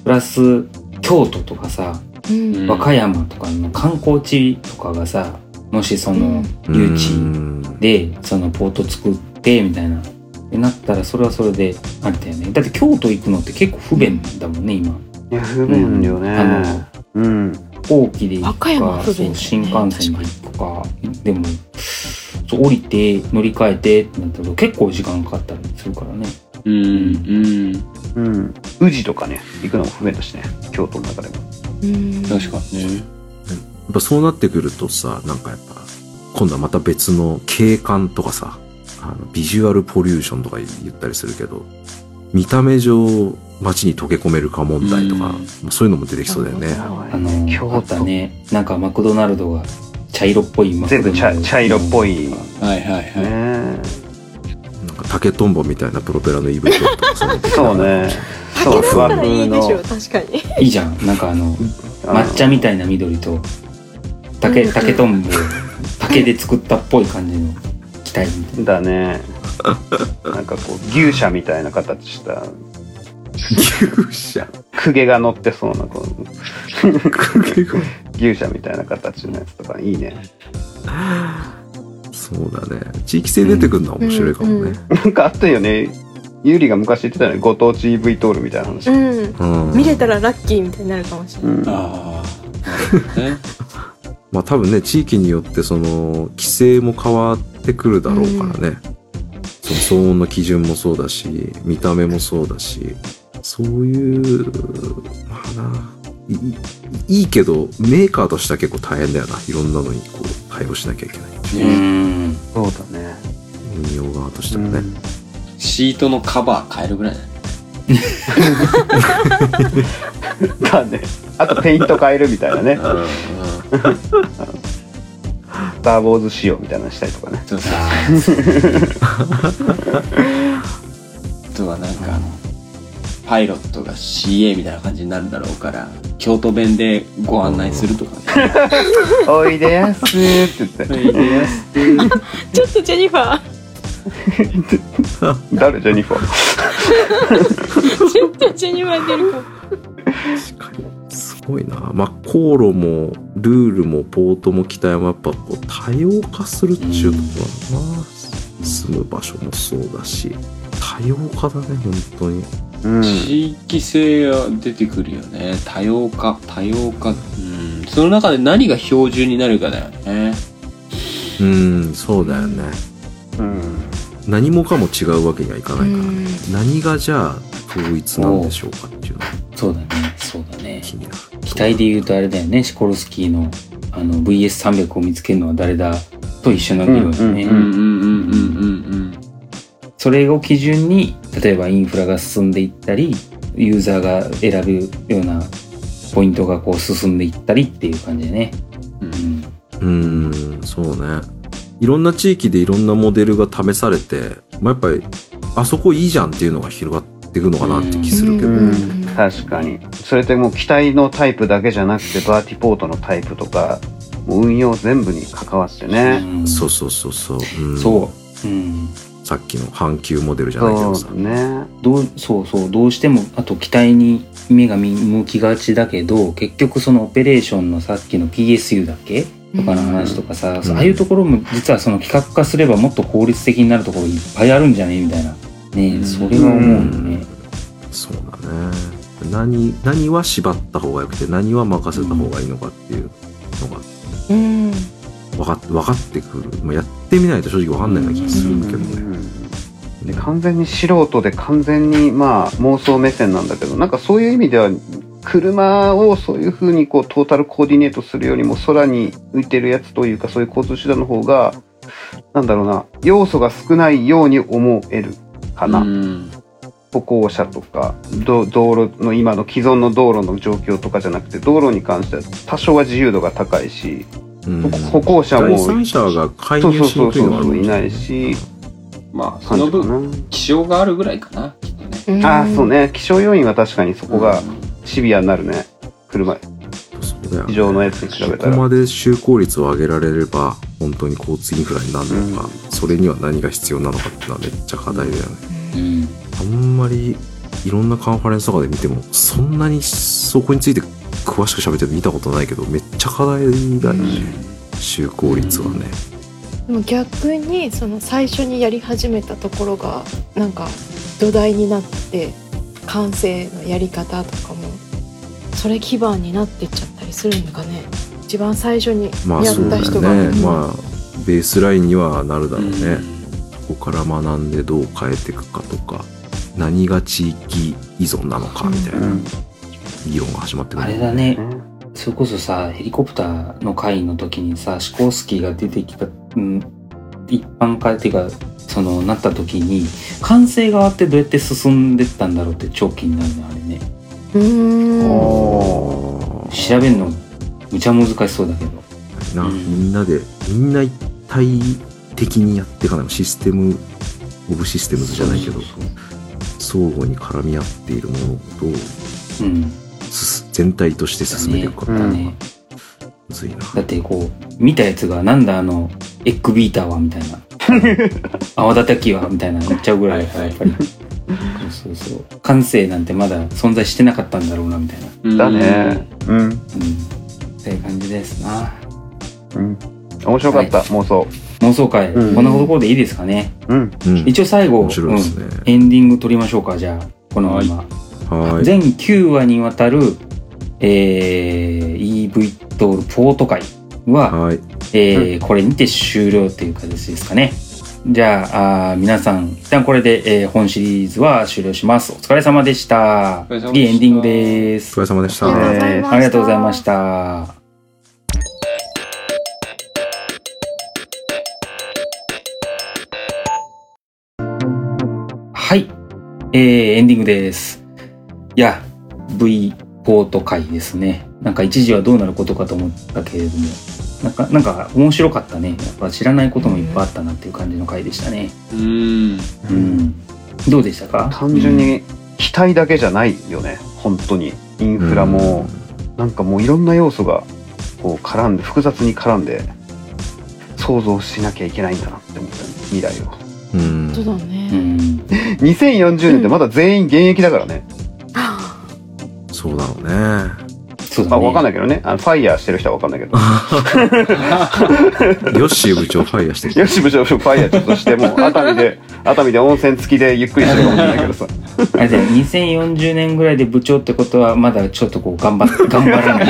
[SPEAKER 1] プラス京都とかさ
[SPEAKER 5] うん
[SPEAKER 1] 和歌山とかの観光地とかがさもしその
[SPEAKER 2] う
[SPEAKER 1] 誘致
[SPEAKER 2] ん
[SPEAKER 1] でそのポート作ってみたいなってなったらそれはそれであれだよねだって京都行くのって結構不便だもんね今
[SPEAKER 4] いや不便よ
[SPEAKER 1] あの
[SPEAKER 4] ねうん、
[SPEAKER 1] 飛行機で行
[SPEAKER 5] 和
[SPEAKER 1] く
[SPEAKER 5] 歌山
[SPEAKER 1] か
[SPEAKER 5] は不便だ
[SPEAKER 1] そ
[SPEAKER 5] よ
[SPEAKER 1] う
[SPEAKER 5] ね
[SPEAKER 1] 新幹線で行くかでもそう降りて乗り換えてってなったら結構時間かかったりするからね
[SPEAKER 3] うん。うん。
[SPEAKER 4] うん、宇治とかね行くのも不便だしね京都の中でも
[SPEAKER 5] うん
[SPEAKER 3] 確かにね。
[SPEAKER 2] やっぱそうなってくるとさなんかやっぱ今度はまた別の景観とかさあのビジュアルポリューションとか言ったりするけど見た目上街に溶け込めるか問題とか、そういうのも出てきそうだよね、
[SPEAKER 1] あの
[SPEAKER 4] 京
[SPEAKER 1] あった
[SPEAKER 4] 都
[SPEAKER 1] ねなんかマクドナルドが茶色っぽいマクド
[SPEAKER 4] 全
[SPEAKER 1] ナ
[SPEAKER 4] 部
[SPEAKER 1] ルド
[SPEAKER 4] 茶茶色っぽいね
[SPEAKER 3] はいはいはい。
[SPEAKER 2] なんか竹とんぼみたいなプロペラの EV とかそういうの
[SPEAKER 4] そうねそう
[SPEAKER 5] 竹だ
[SPEAKER 4] 和
[SPEAKER 5] ったらい
[SPEAKER 4] 風
[SPEAKER 5] いでしょ
[SPEAKER 4] の
[SPEAKER 5] 確かに
[SPEAKER 1] いいじゃんなんかあの抹茶みたいな緑と竹
[SPEAKER 5] うん
[SPEAKER 1] 竹とんぼを竹で作ったっぽい感じの機体みたい
[SPEAKER 4] うんだねなんかこう牛舎みたいな形 した
[SPEAKER 2] 牛舎
[SPEAKER 4] 公家が乗ってそうなこう
[SPEAKER 2] 結構
[SPEAKER 4] 牛舎みたいな形のやつとかいいね
[SPEAKER 2] そうだね地域性出てくるのは面白いかもね
[SPEAKER 4] なんかあったよねゆりが昔言ってたよねご当地 EV トールみたいな話、
[SPEAKER 5] うん
[SPEAKER 2] うん
[SPEAKER 5] 見れたらラッキーみたいになるかもしれない
[SPEAKER 4] うん
[SPEAKER 3] ああ。なるほどね。
[SPEAKER 2] まあ多分ね地域によってその規制も変わってくるだろうからね、その騒音の基準もそうだし見た目もそうだしそういうまあないいいいけどメーカーとしては結構大変だよないろんなのにこう対応しなきゃいけな
[SPEAKER 1] な
[SPEAKER 2] い
[SPEAKER 3] ね
[SPEAKER 1] ん
[SPEAKER 4] そうだね
[SPEAKER 2] 運用側としてもね、
[SPEAKER 4] うん
[SPEAKER 3] シートのカバー変えるぐらいだね。
[SPEAKER 4] だねあとペイント変えるみたいな ね
[SPEAKER 3] うん。
[SPEAKER 4] スター・ウォーズ仕様みたいなのしたりとかね
[SPEAKER 3] そうそうあとはなんかあのパイロットが CA みたいな感じになるだろうから京都弁でご案内するとかね
[SPEAKER 4] 「おいでやす」って言って
[SPEAKER 5] ちょっとジェニファー
[SPEAKER 4] 誰ジェニファー
[SPEAKER 5] ちょっとジェニファー出るかも
[SPEAKER 2] 確かにすごいなまあ航路もルールもポートも機体もやっぱこう多様化するっちゅうところだな住む場所もそうだし多様化だね本当に
[SPEAKER 4] うん
[SPEAKER 3] 地域性が出てくるよね多様化多様化うんその中で何が標準になるかだよね
[SPEAKER 2] うんそうだよね
[SPEAKER 4] うん
[SPEAKER 2] 何もかも違うわけにはいかないから、
[SPEAKER 5] うん
[SPEAKER 2] 何がじゃあ統一なんでしょうかっていうのが
[SPEAKER 1] そうだねそうだね
[SPEAKER 2] 気になる
[SPEAKER 1] 機体で言うとあれだよねシコルスキーのあの VS300 を見つけるのは誰だと一緒な議論だね、
[SPEAKER 4] う
[SPEAKER 3] うんうんうんうんうんうん
[SPEAKER 1] それを基準に例えばインフラが進んでいったりユーザーが選ぶようなポイントがこう進んでいったりっていう感じでね、うん、
[SPEAKER 2] うーん、そうね。いろんな地域でいろんなモデルが試されて、まあ、やっぱり、あそこいいじゃんっていうのが広がっていくのかなって気するけど。
[SPEAKER 5] う
[SPEAKER 2] うんん。
[SPEAKER 4] 確かにそれってもう機体のタイプだけじゃなくてバーティポートのタイプとかもう運用全部に関わってね、
[SPEAKER 1] うん
[SPEAKER 2] そ
[SPEAKER 1] そう
[SPEAKER 2] そうそうそう。
[SPEAKER 1] う
[SPEAKER 2] うん
[SPEAKER 1] うん
[SPEAKER 2] さっきの阪急モデルじゃないけ
[SPEAKER 4] そ
[SPEAKER 2] ど
[SPEAKER 4] う
[SPEAKER 2] さ。
[SPEAKER 4] ね
[SPEAKER 1] どうそうそうどうしてもあと機体に目が向きがちだけど結局そのオペレーションのさっきの PSU だっけとかの話とかさ、
[SPEAKER 2] うん
[SPEAKER 1] ああいうところも実はその企画化すればもっと効率的になるところいっぱいあるんじゃねみたいなね
[SPEAKER 3] うん
[SPEAKER 1] それは思うよね、
[SPEAKER 2] そうだね。何、何は縛った方がよくて、何は任せた方がいいのかっていうのが
[SPEAKER 5] うん
[SPEAKER 2] 分かっ分かってくる。まあ、やってみないと正直分かんないような気がするけどね。
[SPEAKER 4] で完全に素人で完全にまあ妄想目線なんだけどなんかそういう意味では車をそういうふうにこうトータルコーディネートするよりも空に浮いてるやつというかそういう交通手段の方がなんだろうな要素が少ないように思えるかな、
[SPEAKER 3] うん
[SPEAKER 4] 歩行者とかど道路の今の既存の道路の状況とかじゃなくて道路に関しては多少は自由度が高いし、
[SPEAKER 2] うん
[SPEAKER 4] 歩行者も
[SPEAKER 2] 第三者が介
[SPEAKER 4] そう
[SPEAKER 2] 入
[SPEAKER 4] そう
[SPEAKER 2] し
[SPEAKER 4] そ
[SPEAKER 2] に
[SPEAKER 4] う
[SPEAKER 2] くいのはある
[SPEAKER 4] そ
[SPEAKER 2] かも
[SPEAKER 4] うい
[SPEAKER 2] しれ
[SPEAKER 4] ないし
[SPEAKER 3] まあそ
[SPEAKER 4] 感
[SPEAKER 3] の
[SPEAKER 4] じかな
[SPEAKER 3] 分気象があるぐらいかなきっとね
[SPEAKER 5] うん
[SPEAKER 4] ああそうね気象要因は確かにそこが
[SPEAKER 3] うん
[SPEAKER 4] シビアになるね車
[SPEAKER 2] そうだよね
[SPEAKER 4] 地上のやつに比べた
[SPEAKER 2] そこ
[SPEAKER 4] ら
[SPEAKER 2] まで就効率を上げられれば本当に交通インフラになるのか、それには何が必要なのかってのはめっちゃ課題だよね
[SPEAKER 1] うん
[SPEAKER 2] あんまりいろんなカンファレンスとかで見てもそんなにそこについて詳しく喋ってるの見たことないけどめっちゃ課題だよね、就効率はね
[SPEAKER 5] でも逆にその最初にやり始めたところがなんか土台になって完成のやり方とかもそれ基盤になってっちゃったりするのかね一番最初に
[SPEAKER 2] まあ
[SPEAKER 5] やっ
[SPEAKER 2] そうだ
[SPEAKER 5] た
[SPEAKER 2] よ
[SPEAKER 5] 人が、
[SPEAKER 2] ね
[SPEAKER 5] うん
[SPEAKER 2] まあベースラインにはなるだろうね、
[SPEAKER 3] うん
[SPEAKER 2] ここから学んでどう変えていくかとか何が地域依存なのかみたいな
[SPEAKER 4] うん
[SPEAKER 2] 議論が始まってく
[SPEAKER 1] あ
[SPEAKER 2] る
[SPEAKER 1] れだねそれこそさヘリコプターの回の時にさシコースキーが出てきた、うん、一般化っていうかそのなった時に完成側ってどうやって進んでったんだろうって超気になるねあれね
[SPEAKER 5] うーん
[SPEAKER 2] おー
[SPEAKER 1] 調べるのむちゃ難しそうだけど
[SPEAKER 2] な
[SPEAKER 1] うん
[SPEAKER 2] みんなでみんな一体的にやっていかないシステムオブシステムズじゃないけど
[SPEAKER 1] そうそう
[SPEAKER 2] 相互に絡み合っているものをどう
[SPEAKER 1] そううん
[SPEAKER 2] すす全体として進めていくか
[SPEAKER 1] だ
[SPEAKER 4] うん
[SPEAKER 1] ね
[SPEAKER 2] むずいな
[SPEAKER 1] だってこう見たやつがなんだあのエッグビーターはみたいな 泡叩きはみたいな言っちゃうぐらいだからやっぱりそうそうそう感性なんてまだ存在してなかったんだろうなみたいな
[SPEAKER 3] うん
[SPEAKER 4] だねうん
[SPEAKER 1] うんっていう感じですな
[SPEAKER 4] うん面白かった、妄想
[SPEAKER 1] 妄想会、
[SPEAKER 4] うん
[SPEAKER 1] こんなところでいいですかね
[SPEAKER 4] うん
[SPEAKER 2] うん
[SPEAKER 1] 一応最後、
[SPEAKER 2] 面白いですね
[SPEAKER 1] うんエンディング取りましょうかじゃあこのまま、
[SPEAKER 2] はーい
[SPEAKER 1] 全9話にわたる、えー、EV トールポート会は、
[SPEAKER 2] はい
[SPEAKER 1] えーこれにて終了という形ですかね。じゃああー皆さん一旦これで、えー本シリーズは終了します。お疲れ様でした。
[SPEAKER 3] お疲れ様でした
[SPEAKER 1] 次エンディングです
[SPEAKER 2] お疲。れ様でした、
[SPEAKER 4] ありがとうござい
[SPEAKER 5] ました
[SPEAKER 1] ありがとうございました。はい、えー、エンディングです。いや、V ポート会ですね。なんか一時はどうなることかと思ったけれども、なんか、なんか面白かったね。やっぱ知らないこともいっぱいあったなっていう感じの回でしたね。
[SPEAKER 3] うん
[SPEAKER 1] うん。どうでしたか
[SPEAKER 4] 単純に機体だけじゃないよね本当にインフラも、なんかもういろんな要素がこう絡んで複雑に絡んで想像しなきゃいけないんだなって思ったよね未来を
[SPEAKER 2] うん
[SPEAKER 5] そうだ
[SPEAKER 1] う
[SPEAKER 5] ね、
[SPEAKER 1] ん。
[SPEAKER 4] 2040年ってまだ全員現役だからね、
[SPEAKER 5] はあ
[SPEAKER 2] そうだろうね
[SPEAKER 1] そう
[SPEAKER 4] ま
[SPEAKER 1] だ
[SPEAKER 4] あ
[SPEAKER 1] ね。
[SPEAKER 4] 分かんないけどねあのファイヤーしてる人は分かんないけど
[SPEAKER 2] ヨッシー部長ファイヤーしてきた
[SPEAKER 4] よし部長ファイヤーちょっとしても う熱海で熱海で温泉付きでゆっくりしてるかもしれないけどさ
[SPEAKER 1] あれだよ2040年ぐらいで部長ってことはまだちょっとこう頑張 っ頑張らな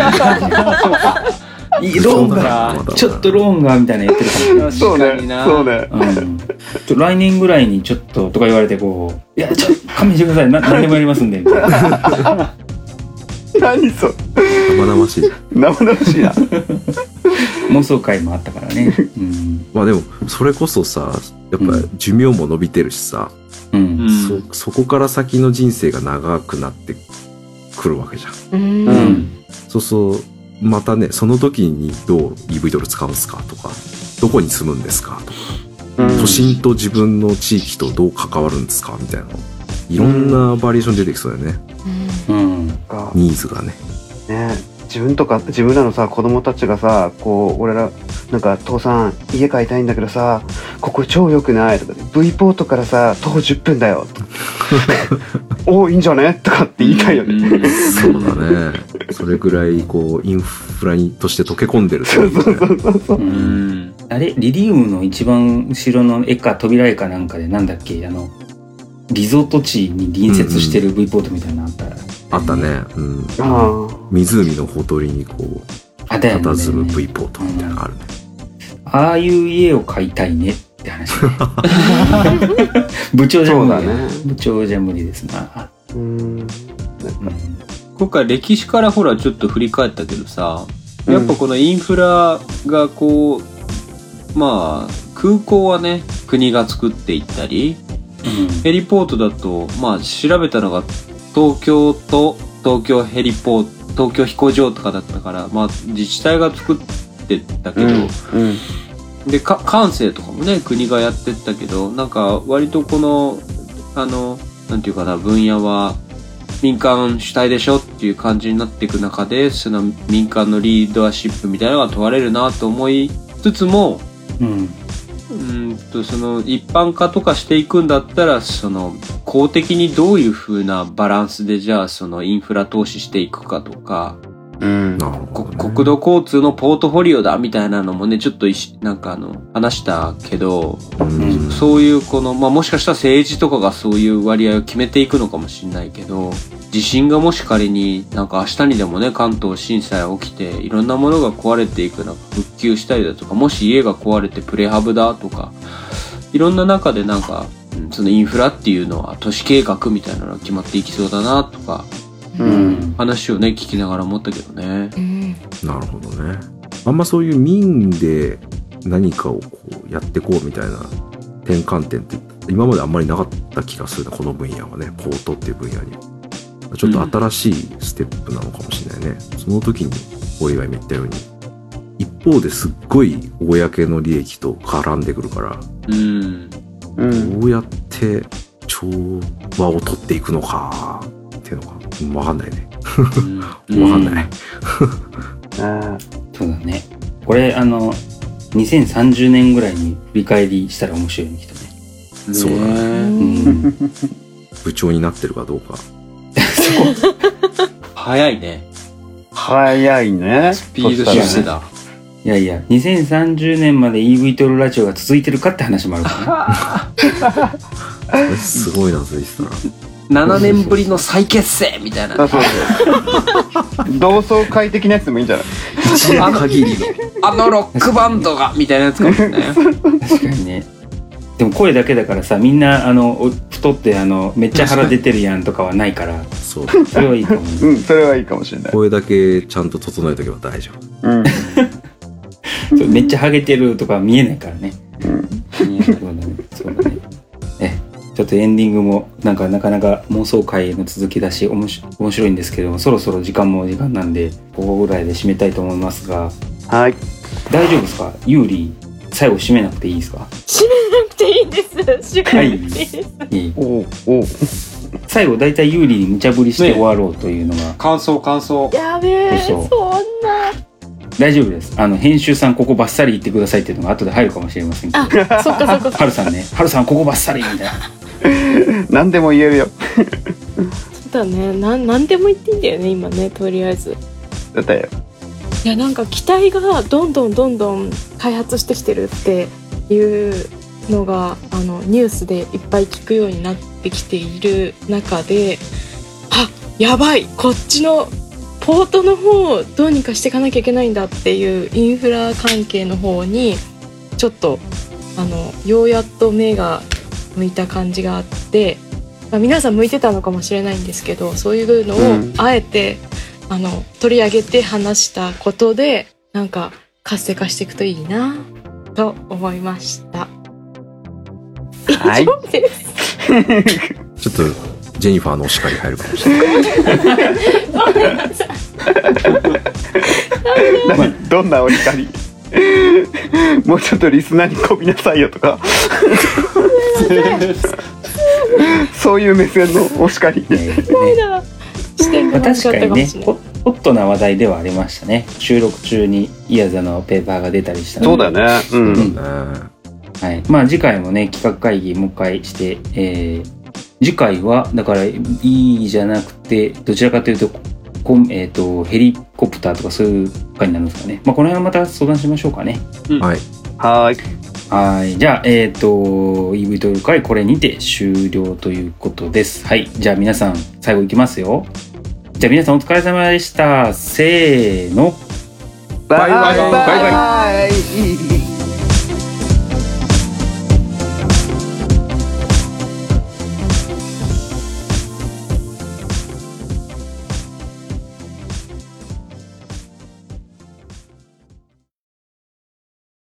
[SPEAKER 1] いいいローンが
[SPEAKER 2] 部長だからまだ
[SPEAKER 1] ちょっとローンがみたいな言ってる
[SPEAKER 4] そうね
[SPEAKER 3] 確かにな
[SPEAKER 4] そうね
[SPEAKER 1] かも、うん、ちょ来年ぐらいにちょっととか言われてこう「いやちょっと勘弁してくださいな何でもやりますんで」みたいな
[SPEAKER 4] 何そう
[SPEAKER 2] 生々しい
[SPEAKER 4] 生々しいな
[SPEAKER 1] 妄想会もあったからね、うん、
[SPEAKER 2] まあでもそれこそさやっぱ寿命も伸びてるしさ
[SPEAKER 1] うん。
[SPEAKER 3] うん
[SPEAKER 2] そそこから先の人生が長くなってくるわけじゃん
[SPEAKER 5] うーん
[SPEAKER 4] う
[SPEAKER 1] うんん。
[SPEAKER 2] そうそうまたねその時にどう EV ドル使うんですかとかどこに住むんですかとか
[SPEAKER 4] うん
[SPEAKER 2] 都心と自分の地域とどう関わるんですかみたいないろんなバリエーション出てきそうだよね、
[SPEAKER 1] うん。
[SPEAKER 4] か
[SPEAKER 2] ニーズがね
[SPEAKER 4] ね自分とか自分らのさ子供たちがさこう俺らなんか父さん家買いたいんだけどさここ超良くないとか V ポートからさ徒歩10分だよとかおおいいんじゃねとかって言いたいよね、
[SPEAKER 3] うん
[SPEAKER 2] そうだねそれぐらいこうインフラにとして溶け込んでるっていうね
[SPEAKER 1] う
[SPEAKER 3] うんん
[SPEAKER 1] あれリリウムの一番後ろの絵か扉絵かなんかでなんだっけあのリゾート地に隣接してる V ポートみたいなのあったら、
[SPEAKER 2] あったね、うん、
[SPEAKER 4] あ
[SPEAKER 2] 湖のほとりにこう
[SPEAKER 1] あだよね
[SPEAKER 2] 佇む V ポートみたいなのがあるね
[SPEAKER 1] ああいう家を買いたいねって話、ね、部長
[SPEAKER 4] あ
[SPEAKER 1] じゃ
[SPEAKER 4] そう
[SPEAKER 1] 無
[SPEAKER 4] だ
[SPEAKER 1] 理
[SPEAKER 4] ね
[SPEAKER 1] 部長じゃ無理ですな、
[SPEAKER 4] うんなん
[SPEAKER 1] う
[SPEAKER 4] か
[SPEAKER 1] ん
[SPEAKER 3] 今回歴史からほらちょっと振り返ったけどさやっぱこのインフラがこう、まあ空港はね国が作っていったりヘリポートだとまあ調べたのが東京と東京ヘリポート東京飛行場とかだったからまあ自治体が作ってったけど、
[SPEAKER 4] うんうん
[SPEAKER 3] でか関西とかもね国がやってったけどなんか割とこのあのなんていうかな分野は民間主体でしょっていう感じになっていく中でその民間のリーダーシップみたいなのが問われるなと思いつつも
[SPEAKER 1] うんうん
[SPEAKER 3] うーんとその一般化とかしていくんだったらその公的にどういう風なバランスでじゃあそのインフラ投資していくかとか
[SPEAKER 4] うん
[SPEAKER 2] なる
[SPEAKER 3] こ
[SPEAKER 2] ほど、ね、
[SPEAKER 3] 国土交通のポートフォリオだみたいなのもねちょっといしなんかあの話したけど
[SPEAKER 2] うん
[SPEAKER 3] そういうこの、まあ、もしかしたら政治とかがそういう割合を決めていくのかもしれないけど、地震がもし仮になんか明日にでもね、関東震災起きて、いろんなものが壊れていく中、復旧したりだとか、もし家が壊れてプレハブだとか、いろんな中でなんか、うんそのインフラっていうのは都市計画みたいなのが決まっていきそうだなとか、
[SPEAKER 4] う
[SPEAKER 1] うんん
[SPEAKER 3] 話をね、聞きながら思ったけどね。
[SPEAKER 5] うん
[SPEAKER 2] なるほどね。あんまそういう民で何かをこうやってこうみたいな転換点って今まであんまりなかった気がするな、この分野はね、ポートっていう分野には。ちょっと新しいステップなのかもしれないね。その時に、俺が今言ったように、一方ですっごい公の利益と絡んでくるから、
[SPEAKER 3] うん。
[SPEAKER 4] うん
[SPEAKER 2] どうやって調和を取っていくのかっていうのが、うんわかんないね。
[SPEAKER 3] う ん
[SPEAKER 2] わかんない。
[SPEAKER 4] ね
[SPEAKER 1] そうだねこれあの2030年ぐらいに振り返りしたら面白いねきっとね
[SPEAKER 2] そうだ
[SPEAKER 5] う
[SPEAKER 3] ね。
[SPEAKER 5] ん
[SPEAKER 1] うん
[SPEAKER 2] 部長になってるかどうか。
[SPEAKER 3] 早いね。
[SPEAKER 4] 早いね
[SPEAKER 3] スピード出世だ。
[SPEAKER 1] いやいや、2030年まで EV トルラジオが続いてるかって話もあるからね。
[SPEAKER 2] えすごいな、ズイスさん。
[SPEAKER 3] 7年ぶりの再結成 みたいな
[SPEAKER 4] あそうそう同窓会的なやつでもいいんじゃない
[SPEAKER 2] 一夜限りの。
[SPEAKER 3] あのロックバンドがみたいなやつかもしれないよ
[SPEAKER 1] 確かにね。でも声だけだからさ、みんな、あの、お太って、あの、めっちゃ腹出てるやんとかはないから、
[SPEAKER 2] そう。
[SPEAKER 1] それはいいかもね。
[SPEAKER 4] うんそれはいいかもしれない、
[SPEAKER 2] 声だけちゃんと整えとけば大丈夫。
[SPEAKER 4] うん
[SPEAKER 1] そうめっちゃハゲてるとかは見えないからね。
[SPEAKER 4] うん
[SPEAKER 1] 見えないそうだね。そうだね。え、ちょっとエンディングも、なんか、なかなか妄想会の続きだし、おもし面白いんですけども、そろそろ時間も時間なんで、ここぐらいで締めたいと思いますが、
[SPEAKER 4] はい
[SPEAKER 1] 大丈夫ですかユーリー、最後締めなくていいですか
[SPEAKER 5] 締めなくていいんです締めなくていいです、
[SPEAKER 1] いい
[SPEAKER 4] おうおう
[SPEAKER 1] 最後大体有利に無茶ぶりして終わろうというのが、
[SPEAKER 3] 感想感想
[SPEAKER 5] やべえ
[SPEAKER 1] 嘘
[SPEAKER 5] そんな
[SPEAKER 1] 大丈夫ですあの編集さんここバッサリ言ってくださいっていうのが後で入るかもしれませんけど
[SPEAKER 5] あそっかそっか
[SPEAKER 1] ハルさんねハルさんここバッサリみたいな
[SPEAKER 4] 何でも言えるよ
[SPEAKER 5] そうだねなんなんでも言っていいんだよね今ねとりあえず
[SPEAKER 4] だって
[SPEAKER 5] いやなんか機体がどんどんどんどん開発してきてるっていうのがあのニュースでいっぱい聞くようになってきている中であやばいこっちのポートの方をどうにかしていかなきゃいけないんだっていうインフラ関係の方にちょっとあのようやっと目が向いた感じがあって、まあ、皆さん向いてたのかもしれないんですけどそういうの
[SPEAKER 4] うん
[SPEAKER 5] をあえて、あの取り上げて話したことでなんか活性化していくといいなと思いました。
[SPEAKER 4] は い
[SPEAKER 5] 以上です
[SPEAKER 2] ちょっとジェニファーのお叱り入るかもしれない。
[SPEAKER 4] 何どんなお怒り もうちょっとリスナーにこびなさいよと かそういう目線のお叱り
[SPEAKER 1] えーね
[SPEAKER 5] だ視点
[SPEAKER 1] ま
[SPEAKER 5] が
[SPEAKER 1] あ
[SPEAKER 5] 間違
[SPEAKER 1] 確か
[SPEAKER 5] った
[SPEAKER 1] に
[SPEAKER 5] かも
[SPEAKER 1] ね
[SPEAKER 5] しれない
[SPEAKER 1] ホ、ホットな話題ではありましたね収録中にイヤザのペーパーが出たりしたので
[SPEAKER 4] そうだよねうん、
[SPEAKER 1] うん
[SPEAKER 2] ね
[SPEAKER 1] はい、まあ次回もね企画会議もう一回して、えー次回はだからいいじゃなくてどちらかというとこん、えー、とヘリコプターとかそういう回になるんですかね、まあ、この辺はまた相談しましょうかね
[SPEAKER 2] はい。
[SPEAKER 4] はーい
[SPEAKER 1] はいじゃあえっ、と EV トール会これにて終了ということですはいじゃあ皆さん最後いきますよじゃあ皆さんお疲れ様でしたせーの
[SPEAKER 4] バ
[SPEAKER 2] イバイ
[SPEAKER 4] バイバイ